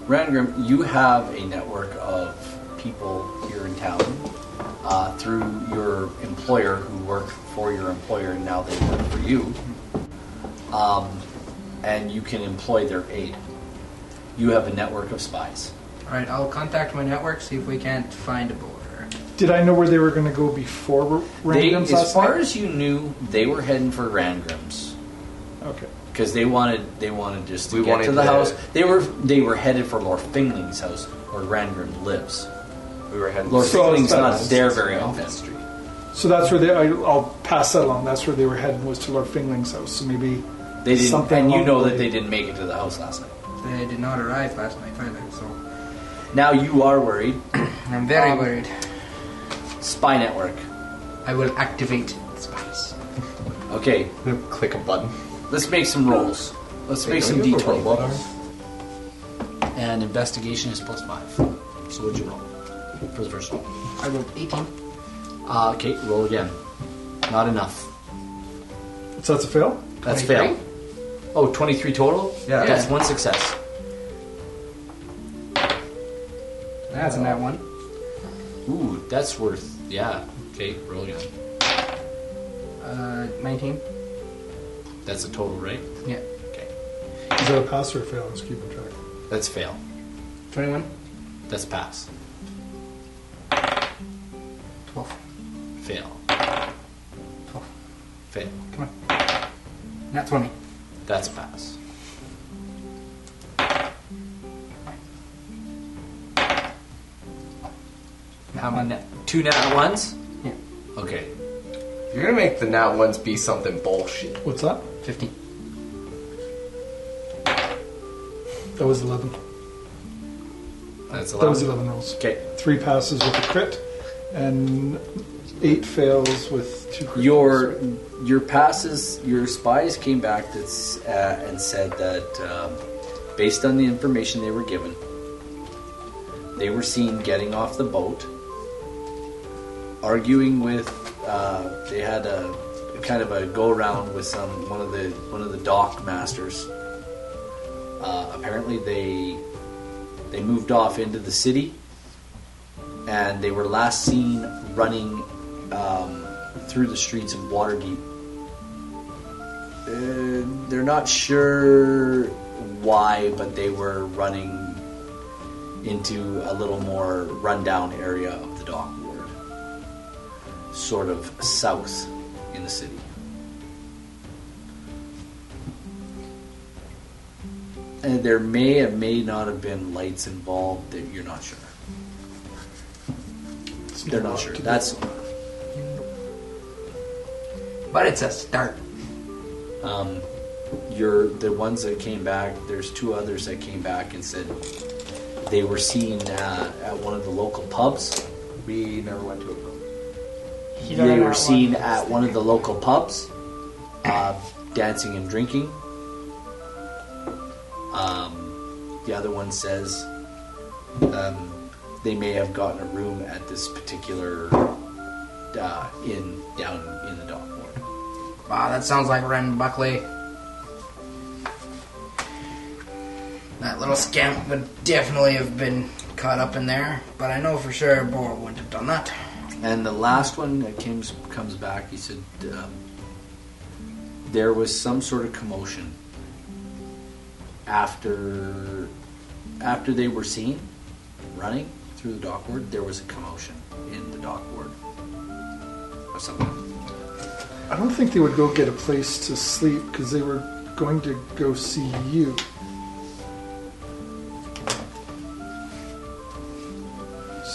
Speaker 3: Randgrim, you have a network of people here in town uh, through your employer who work for your employer and now they work for you. Um, and you can employ their aid. You have a network of spies.
Speaker 5: Alright, I'll contact my network, see if we can't find a border.
Speaker 2: Did I know where they were going to go before
Speaker 3: They,
Speaker 2: randoms
Speaker 3: as
Speaker 2: last
Speaker 3: far
Speaker 2: night?
Speaker 3: as you knew, they were heading for Randgrim's
Speaker 2: Okay.
Speaker 3: because they wanted they wanted just to
Speaker 7: We
Speaker 3: get to
Speaker 7: wanted
Speaker 3: the
Speaker 7: the-
Speaker 3: house. They were they were headed for Lord Fingling's house where Randgrim lives.
Speaker 7: We were heading.
Speaker 3: Lord
Speaker 2: So
Speaker 3: Fingling's
Speaker 2: it's
Speaker 3: not
Speaker 2: not-
Speaker 3: there very often.
Speaker 7: Elfin Street.
Speaker 2: So that's where they. I, I'll pass that along. That's where they were heading was to Lord Fingling's house. So maybe
Speaker 3: They didn't,
Speaker 2: Something
Speaker 3: and you
Speaker 2: along
Speaker 3: know
Speaker 2: the
Speaker 3: that
Speaker 2: way.
Speaker 3: they didn't make it to the house last night.
Speaker 5: They did not arrive last night either, so.
Speaker 3: Now you are worried.
Speaker 5: I'm very
Speaker 3: Um,
Speaker 5: worried.
Speaker 3: Spy network.
Speaker 5: I will activate the spies.
Speaker 3: Okay,
Speaker 7: Click a button.
Speaker 3: let's make some rolls. Let's make some
Speaker 7: Don't you have a
Speaker 3: d20
Speaker 7: robot
Speaker 3: rolls. And investigation is plus five. So what'd you roll for the first one?
Speaker 5: I rolled 18.
Speaker 3: Uh, okay, roll again. Not enough.
Speaker 2: so that's a fail.
Speaker 3: That's a fail. Oh, 23 total?
Speaker 7: Yeah.
Speaker 3: That's one success.
Speaker 5: That's in that one.
Speaker 3: Ooh, that's worth. Yeah. Okay, roll again.
Speaker 5: Uh, 19.
Speaker 3: That's a total, right?
Speaker 5: Yeah.
Speaker 3: Okay.
Speaker 2: Is that a pass or a fail? I was keeping track.
Speaker 3: That's fail.
Speaker 5: 21.
Speaker 3: That's pass.
Speaker 5: 12.
Speaker 3: Fail.
Speaker 5: Twelve.
Speaker 3: Fail.
Speaker 5: Not 20.
Speaker 3: That's pass. How many? Nat? Two nat ones?
Speaker 5: Yeah.
Speaker 3: Okay.
Speaker 7: You're gonna make the nat ones be something bullshit.
Speaker 2: What's that?
Speaker 5: 15.
Speaker 2: That was eleven.
Speaker 3: That's a
Speaker 2: That was
Speaker 3: lot.
Speaker 2: eleven rolls.
Speaker 3: Okay.
Speaker 2: Three passes with a crit, and eight fails with two. Crit
Speaker 3: Your
Speaker 2: rolls.
Speaker 3: your passes, your spies came back that's, uh, and said that um, based on the information they were given, they were seen getting off the boat, arguing with. Uh, they had a kind of a go round with some one of the one of the dock masters. Uh, apparently, they they moved off into the city and they were last seen running um, through the streets of Waterdeep. Uh, they're not sure why, but they were running into a little more rundown area of the dock ward, sort of south in the city. And there may or may not have been lights involved. That you're not sure. They're not sure. That's
Speaker 5: But it's a start.
Speaker 3: um, you're the ones that came back. There's two others that came back and said they were seen uh, at one of the local pubs.
Speaker 10: We never went to a pub.
Speaker 4: He done
Speaker 3: They
Speaker 4: that
Speaker 3: were
Speaker 4: one.
Speaker 3: seen at one of the local pubs, uh, dancing and drinking. Um, the other one says um, they may have gotten a room at this particular uh, inn down in the dock ward.
Speaker 5: Wow, that sounds like Ren Buckley. That little scamp would definitely have been caught up in there, but I know for sure Bor wouldn't have done that.
Speaker 3: And the last one that comes comes back, he said, um, there was some sort of commotion after after they were seen running through the dock ward. There was a commotion in the dock ward of something.
Speaker 2: I don't think they would go get a place to sleep because they were going to go see you.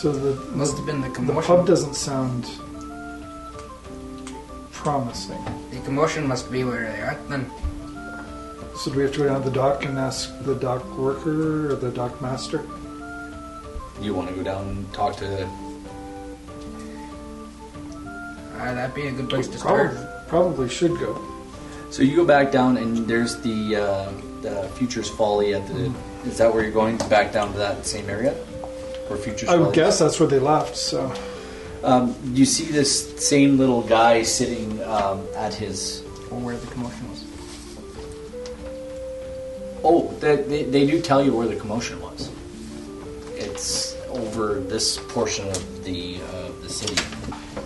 Speaker 2: So the
Speaker 5: Must have been the
Speaker 2: the
Speaker 5: commotion.
Speaker 2: pub doesn't sound promising.
Speaker 5: The commotion must be where they are then.
Speaker 2: So do we have to go down to the dock and ask the dock worker or the dock master?
Speaker 3: You want to go down and talk to?
Speaker 5: Uh, that'd be a good place
Speaker 2: Oh.
Speaker 5: to start.
Speaker 2: Probably, probably should go.
Speaker 3: So you go back down, and there's the uh, the Futures Folly at the.
Speaker 2: Mm-hmm.
Speaker 3: Is that where you're going? Back down to that same area, where Futures.
Speaker 2: I would
Speaker 3: Folly-
Speaker 2: guess that's where they left. So
Speaker 3: Um, you see this same little guy sitting um, at his.
Speaker 5: Or where the commotion was.
Speaker 3: Oh, they, they, they do tell you where the commotion was. It's over this portion of the uh, the city.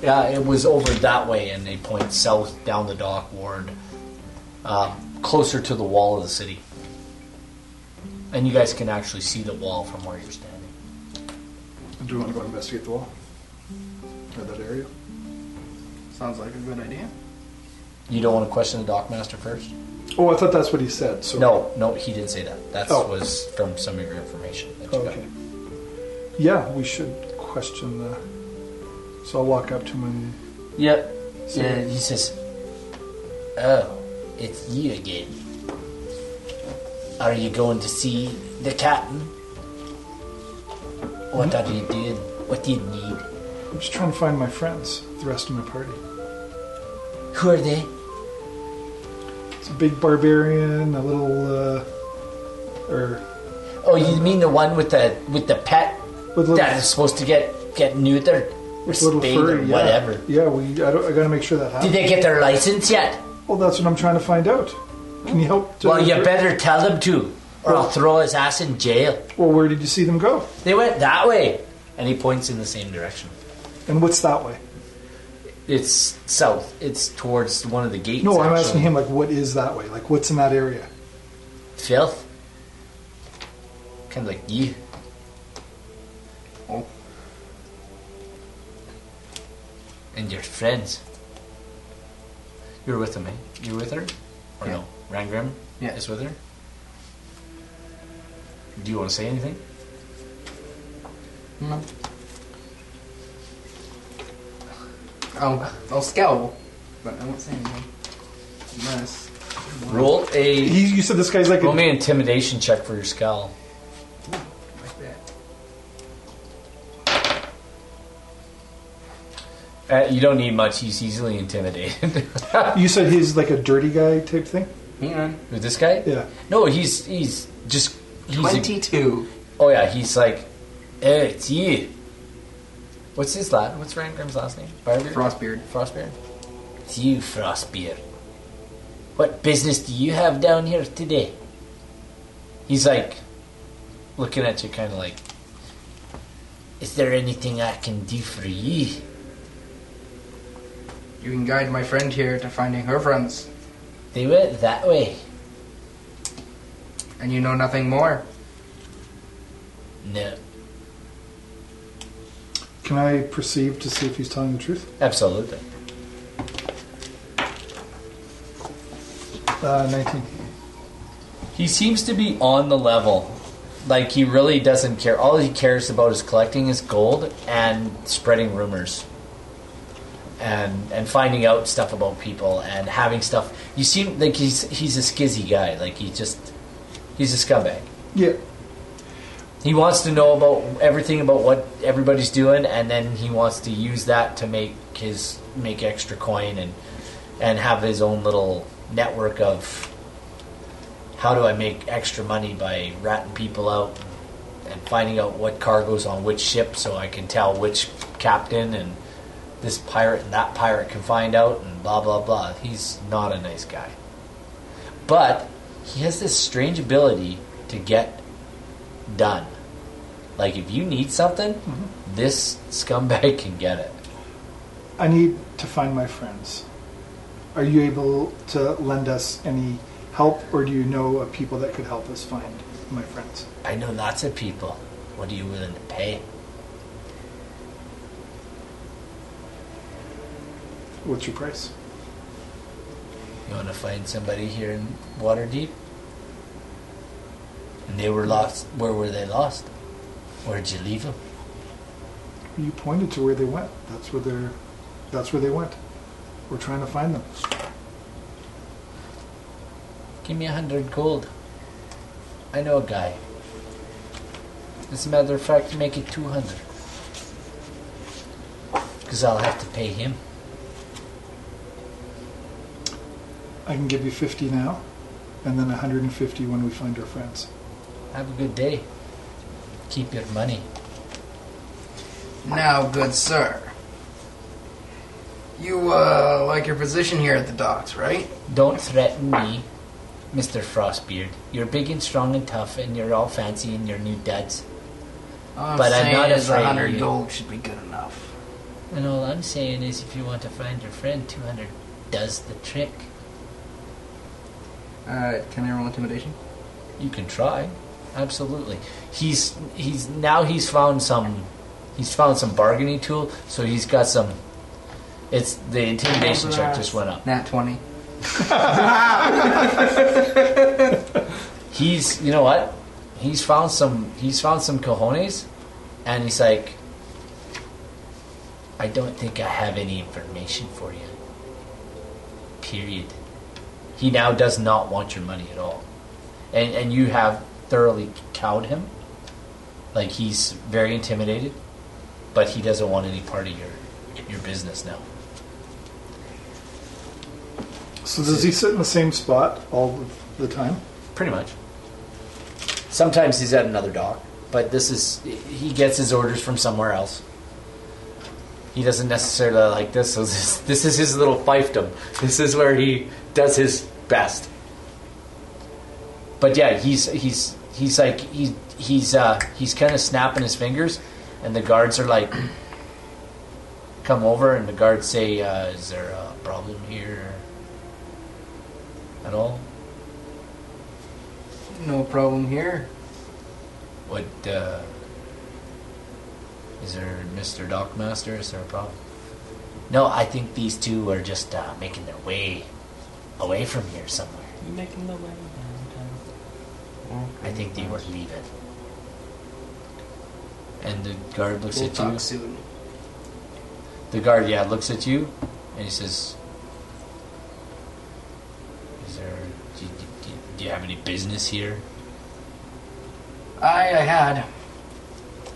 Speaker 3: Yeah, it was over that way, and they point south down the dock ward, uh, closer to the wall of the city. And you guys can actually see the wall from where you're standing.
Speaker 2: do we want to go investigate the wall or that area?
Speaker 5: Sounds like a good idea.
Speaker 3: You don't want to question the dockmaster first?
Speaker 2: Oh, I thought that's what he said. So
Speaker 3: No, no, he didn't say that. That
Speaker 2: Oh.
Speaker 3: was from some of your information that you got.
Speaker 2: Okay. Yeah, we should question the. So I'll walk up to him and
Speaker 3: Yeah.
Speaker 2: So-
Speaker 3: yeah. He says, "Oh, it's you again. Are you going to see the captain? What are you doing? What do you need?
Speaker 2: I'm just trying to find my friends, the rest of my party.
Speaker 3: Who are they?
Speaker 2: It's a big barbarian, a little, uh, or
Speaker 3: Oh, you mean the one with the with the pet
Speaker 2: with little,
Speaker 3: that is supposed to get get neutered or
Speaker 2: with little
Speaker 3: spayed or
Speaker 2: furry, yeah.
Speaker 3: whatever?
Speaker 2: Yeah, we. I, don't, I gotta make sure that
Speaker 3: Did
Speaker 2: happens.
Speaker 3: they get their license yet?
Speaker 2: Well, that's what I'm trying to find out. Can you help? to-
Speaker 3: Well, you better tell them to, or I'll throw his ass in jail."
Speaker 2: Well, where did you see them go?
Speaker 3: They went that way, and he points in the same direction.
Speaker 2: And what's that way?
Speaker 3: It's south. It's towards one of the gates.
Speaker 2: No, I'm
Speaker 3: actually.
Speaker 2: asking him like, what is that way? Like, what's in that area?
Speaker 3: Filth. Kind of like you.
Speaker 5: Oh.
Speaker 3: And your friends. You're with him, eh? You're with her? Or no? Rangrim
Speaker 5: Yeah.
Speaker 3: is with her? Do you want to say anything?
Speaker 5: I'll, I'll scowl, Oh, but I won't say anything. Unless.
Speaker 3: Roll a.
Speaker 2: He, you said this guy's like
Speaker 3: Roll
Speaker 2: a,
Speaker 3: me an intimidation check for your skull.
Speaker 5: Like that.
Speaker 6: Uh, you don't need much. He's easily intimidated.
Speaker 2: you said he's like a dirty guy type thing.
Speaker 5: Hang on.
Speaker 6: With this guy?
Speaker 2: Yeah.
Speaker 6: No, he's he's just he's a-
Speaker 11: 22.
Speaker 6: oh yeah, he's like, eh, it's you. What's his last? What's Rangrim's last name? Firebeard?
Speaker 5: Frostbeard.
Speaker 6: Frostbeard.
Speaker 3: It's you, Frostbeard. What business do you have down here today?
Speaker 6: He's like looking at you, kind of like,
Speaker 12: Is there anything I can do for ye?
Speaker 8: You can guide my friend here to finding her friends,
Speaker 12: They went that way.
Speaker 8: and you know nothing more.
Speaker 12: No.
Speaker 2: Can I perceive to see if he's telling the truth?
Speaker 6: Absolutely.
Speaker 2: Uh, 19.
Speaker 6: He seems to be on the level. Like he really doesn't care. All he cares about is collecting his gold and spreading rumors. And and finding out stuff about people and having stuff. You seem like he's he's a skizzy guy. Like he just he's a scumbag.
Speaker 2: Yeah.
Speaker 6: He wants to know about everything about what everybody's doing, and then he wants to use that to make his make extra coin and and have his own little network of how do I make extra money by ratting people out and finding out what cargo's on which ship, so I can tell which captain and this pirate and that pirate can find out and blah blah blah. He's not a nice guy, but he has this strange ability to get done. Like if you need something, this scumbag can get it.
Speaker 2: I need to find my friends. Are you able to lend us any help, or do you know of people that could help us find my friends?
Speaker 12: I know lots of people. What are you willing to pay?
Speaker 2: What's your price?
Speaker 12: You want to find somebody here in Waterdeep? And they were lost. Where were they lost? Where'd you leave them?
Speaker 2: You pointed to where they went. That's where they're. That's where they went. We're trying to find them.
Speaker 12: Give me a hundred gold. I know a guy. As a matter of fact, make it two hundred. Because I'll have to pay him.
Speaker 2: I can give you 50 now, and then 150 when we find our friends.
Speaker 12: Have a good day. Keep your money.
Speaker 8: Now, good sir, you uh, like your position here at the docks, right?
Speaker 12: Don't threaten me, Mr. Frostbeard. You're big and strong and tough, and you're all fancy in your new duds.
Speaker 8: All
Speaker 12: But I'm
Speaker 8: saying
Speaker 12: not
Speaker 8: is
Speaker 12: afraid of
Speaker 8: 100
Speaker 12: you.
Speaker 8: gold should be good enough.
Speaker 12: And all I'm saying is, if you want to find your friend, 200 does the trick.
Speaker 5: Uh, can I roll intimidation?
Speaker 6: You can try. Absolutely. He's he's now he's found some he's found some bargaining tool, so he's got some it's the intimidation check just went up.
Speaker 5: Nat 20.
Speaker 6: He's you know what? He's found some he's found some cojones and he's like
Speaker 12: I don't think I have any information for you. Period.
Speaker 6: he now does not want your money at all. And and you have thoroughly cowed him. Like he's very intimidated, but he doesn't want any part of your your business now.
Speaker 2: So does he sit in the same spot all of the time?
Speaker 6: Pretty much. Sometimes he's at another dock, but this is he gets his orders from somewhere else. He doesn't necessarily like this, so this, this is his little fiefdom. This is where he does his best. But yeah, he's he's he's like he he's uh, he's kind of snapping his fingers, and the guards are like, come over, and the guards say, uh, "Is there a problem here at all?"
Speaker 5: No problem here.
Speaker 6: What uh, is there, Mister Dockmaster? Is there a problem?
Speaker 12: No, I think these two are just uh, making their way away from here somewhere.
Speaker 4: You making the way downtown?
Speaker 12: I think they were leaving.
Speaker 6: And the guard looks
Speaker 8: We'll
Speaker 6: at
Speaker 8: talk
Speaker 6: you.
Speaker 8: soon.
Speaker 6: The guard, yeah, looks at you, and he says, "Is there? Do, do, do- do you have any business here?"
Speaker 8: I, I had.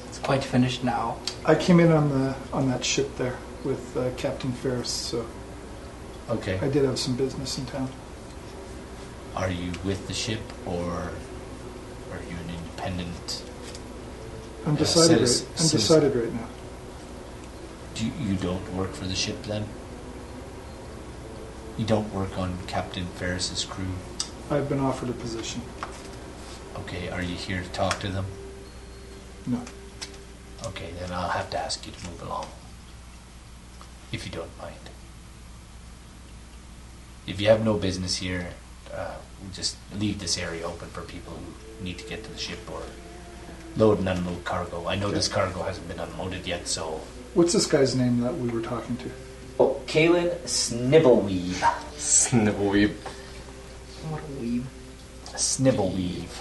Speaker 8: It's quite finished now.
Speaker 2: I came in on the on that ship there with uh, Captain Ferris, so
Speaker 6: Okay.
Speaker 2: I did have some business in town.
Speaker 6: Are you with the ship, or are you an independent?
Speaker 2: I'm
Speaker 6: Yeah,
Speaker 2: decided.
Speaker 6: citiz-
Speaker 2: right, I'm decided right now.
Speaker 6: Do you, you don't work for the ship then? You don't work on Captain Ferris's crew.
Speaker 2: I've been offered a position.
Speaker 6: Okay. Are you here to talk to them?
Speaker 2: No,
Speaker 6: Okay, then I'll have to ask you to move along. If you don't mind. If you have no business here, uh, we just leave this area open for people who need to get to the ship or load and unload cargo. I know this cargo hasn't been unloaded yet, so
Speaker 2: What's this guy's name that we were talking to?
Speaker 3: Oh, Kalen Snibbleweave.
Speaker 7: Snivelweeb.
Speaker 5: What a weeb.
Speaker 3: Snibbleweave.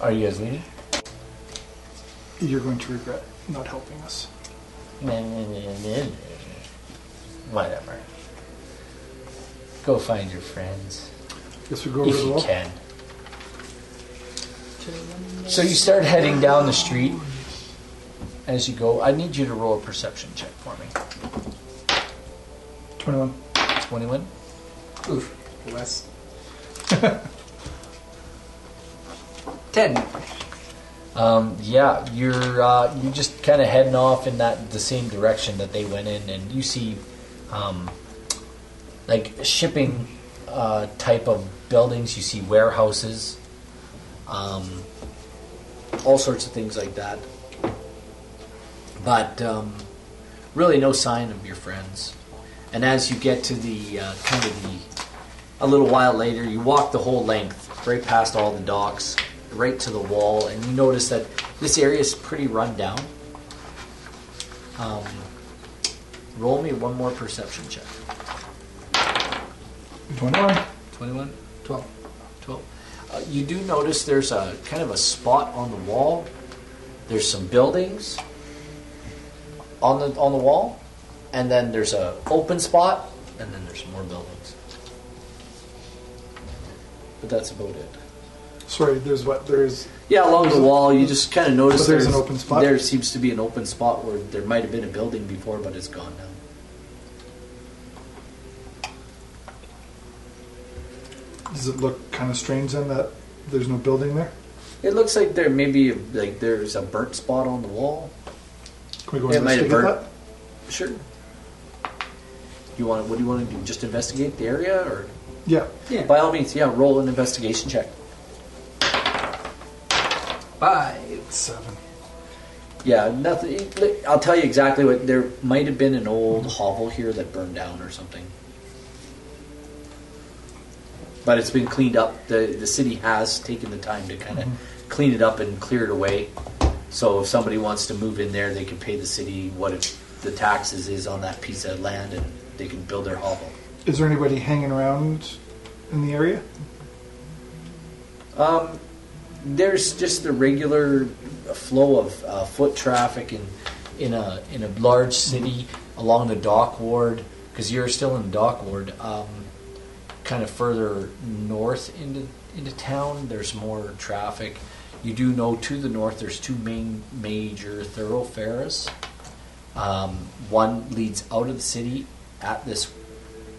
Speaker 3: Are you guys leaving?
Speaker 2: You're going to regret not helping us.
Speaker 6: whatever. Go find your friends
Speaker 2: Guess we go over
Speaker 6: if
Speaker 2: to the
Speaker 6: you
Speaker 2: wall.
Speaker 6: can. So you start heading down the street.
Speaker 3: As you go, I need you to roll a perception check for me.
Speaker 2: 21.
Speaker 3: 21?
Speaker 13: Oof. Less. Ten.
Speaker 3: Um, yeah, you're uh, you're just kind of heading off in that the same direction that they went in, and you see, um, like shipping uh, type of buildings. You see warehouses, um, all sorts of things like that. But um, really, no sign of your friends. And as you get to the uh, kind of the a little while later, you walk the whole length, right past all the docks, right to the wall, and you notice that this area is pretty run down. Um, roll me one more perception check.
Speaker 2: 21.
Speaker 3: 21,
Speaker 5: Twelve.
Speaker 3: 12. Uh, you do notice there's a kind of a spot on the wall. There's some buildings on the on the wall, and then there's a open spot, and then there's more buildings. But that's about it.
Speaker 2: Sorry, there's what? There's.
Speaker 3: Yeah, along the wall, you just kind of notice
Speaker 2: But there's an open spot?
Speaker 3: There seems to be an open spot where there might have been a building before, but it's gone now.
Speaker 2: Does it look kind of strange then that there's no building there?
Speaker 3: It looks like there maybe like there's a burnt spot on the wall.
Speaker 2: Can we go
Speaker 3: It might have
Speaker 2: investigate
Speaker 3: burnt.
Speaker 2: that?
Speaker 3: Sure. You want? What do you want to do? Just investigate the area, or
Speaker 2: Yeah.
Speaker 3: yeah. by all means, yeah, roll an investigation check.
Speaker 13: Five.
Speaker 2: Seven.
Speaker 3: Yeah, nothing. I'll tell you exactly what. There might have been an old hovel here that burned down or something. But it's been cleaned up. The the city has taken the time to kind of clean it up and clear it away. So if somebody wants to move in there, they can pay the city what it, the taxes is on that piece of land, and they can build their hovel.
Speaker 2: Is there anybody hanging around in the area?
Speaker 3: Um, there's just the regular flow of uh, foot traffic in in a in a large city along the dock ward because you're still in the dock ward. Um, kind of further north into into town, there's more traffic. You do know to the north, there's two main major thoroughfares. Um, one leads out of the city at this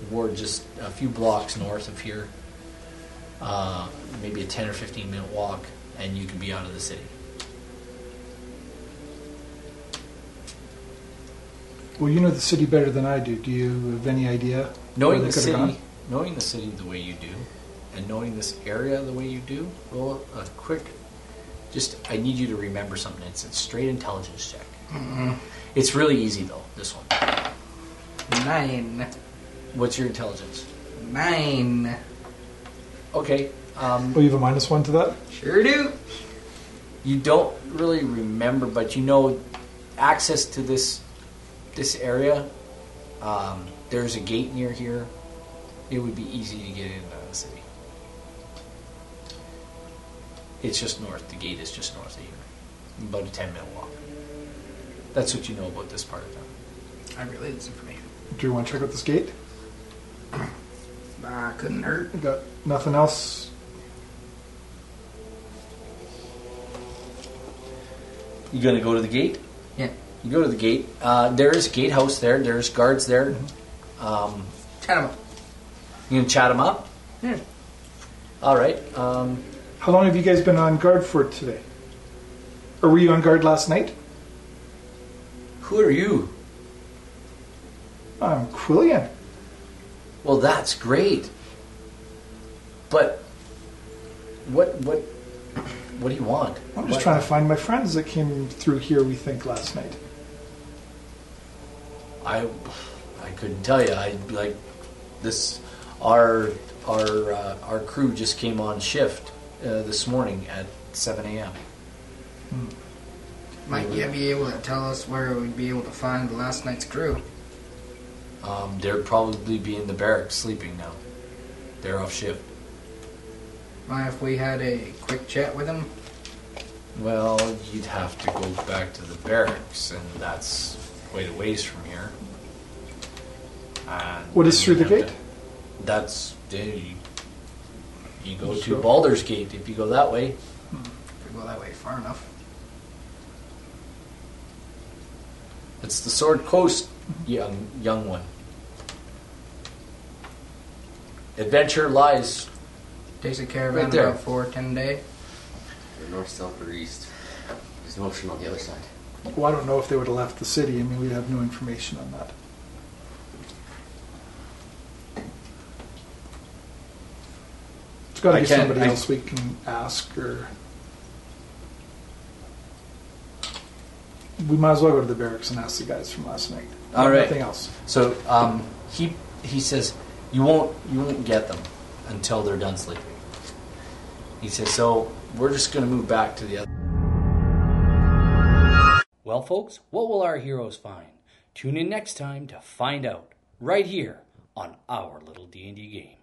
Speaker 3: ward just a few blocks north of here uh, maybe a 10 or 15 minute walk, and you can be out of the city.
Speaker 2: Well, you know the city better than I do. Do you have any idea? where
Speaker 3: Knowing the
Speaker 2: they could've
Speaker 3: city,
Speaker 2: gone?
Speaker 3: knowing the city the way you do, and knowing this area the way you do, roll a quick. Just, I need you to remember something. It's a straight intelligence check. It's really easy though. This one.
Speaker 5: Nine.
Speaker 3: What's your intelligence?
Speaker 5: Nine.
Speaker 3: Okay. Um,
Speaker 2: Oh, you have a minus one to that?
Speaker 5: Sure do.
Speaker 3: you don't really remember, but you know access to this this area. Um, there's a gate near here. It would be easy to get in and out of the city. It's just north. The gate is just north of here, about a ten minute walk. That's what you know about this part of town.
Speaker 5: I relayed this information.
Speaker 2: Do you want to check out this gate?
Speaker 5: Ah, couldn't hurt.
Speaker 2: You got nothing else?
Speaker 3: You gonna go to the gate?
Speaker 13: Yeah.
Speaker 3: You go to the gate. Uh, there is a gatehouse there. There's guards there. Um,
Speaker 13: Chat him up.
Speaker 3: you gonna chat them up?
Speaker 13: Yeah.
Speaker 5: Hmm.
Speaker 3: All right. Um,
Speaker 2: How long have you guys been on guard for today? Or were you on guard last night?
Speaker 3: who are you?
Speaker 2: I'm Quillian.
Speaker 3: Well, that's great. But What what what do you want?
Speaker 2: I'm just
Speaker 3: What-
Speaker 2: trying to find my friends that came through here. We think last night.
Speaker 3: I I couldn't tell you. I like this. Our our uh, our crew just came on shift uh, this morning at 7 a.m.
Speaker 5: Might you be able to tell us where we'd be able to find last night's crew?
Speaker 3: Um, they're probably be in the barracks sleeping now. They're off shift.
Speaker 5: Mind if we had a quick chat with them?
Speaker 3: Well, you'd have to go back to the barracks, and that's quite a ways from here. And
Speaker 2: What is through the
Speaker 3: you'd
Speaker 2: gate?
Speaker 3: have to- that's you, you go to
Speaker 2: Sure.
Speaker 3: Baldur's Gate if you go that way.
Speaker 5: If we go that way far enough.
Speaker 3: It's the Sword Coast young young one. Adventure lies.
Speaker 5: Takes a caravan
Speaker 3: Right there.
Speaker 5: about four, ten day.
Speaker 14: Or north, south, or east. There's an ocean on the other side.
Speaker 2: Well, I don't know if they would have left the city. I mean, we have no information on that. It's got
Speaker 3: I
Speaker 2: to be
Speaker 3: can't-
Speaker 2: somebody
Speaker 3: I-
Speaker 2: else we can ask, or we might as well go to the barracks and ask the guys from last night.
Speaker 3: All right.
Speaker 2: Nothing else.
Speaker 3: So um, he he says you won't you won't get them until they're done sleeping. He says so. We're just going to move back to the other.
Speaker 12: Well, folks, what will our heroes find? Tune in next time to find out, right here on our little D&D game.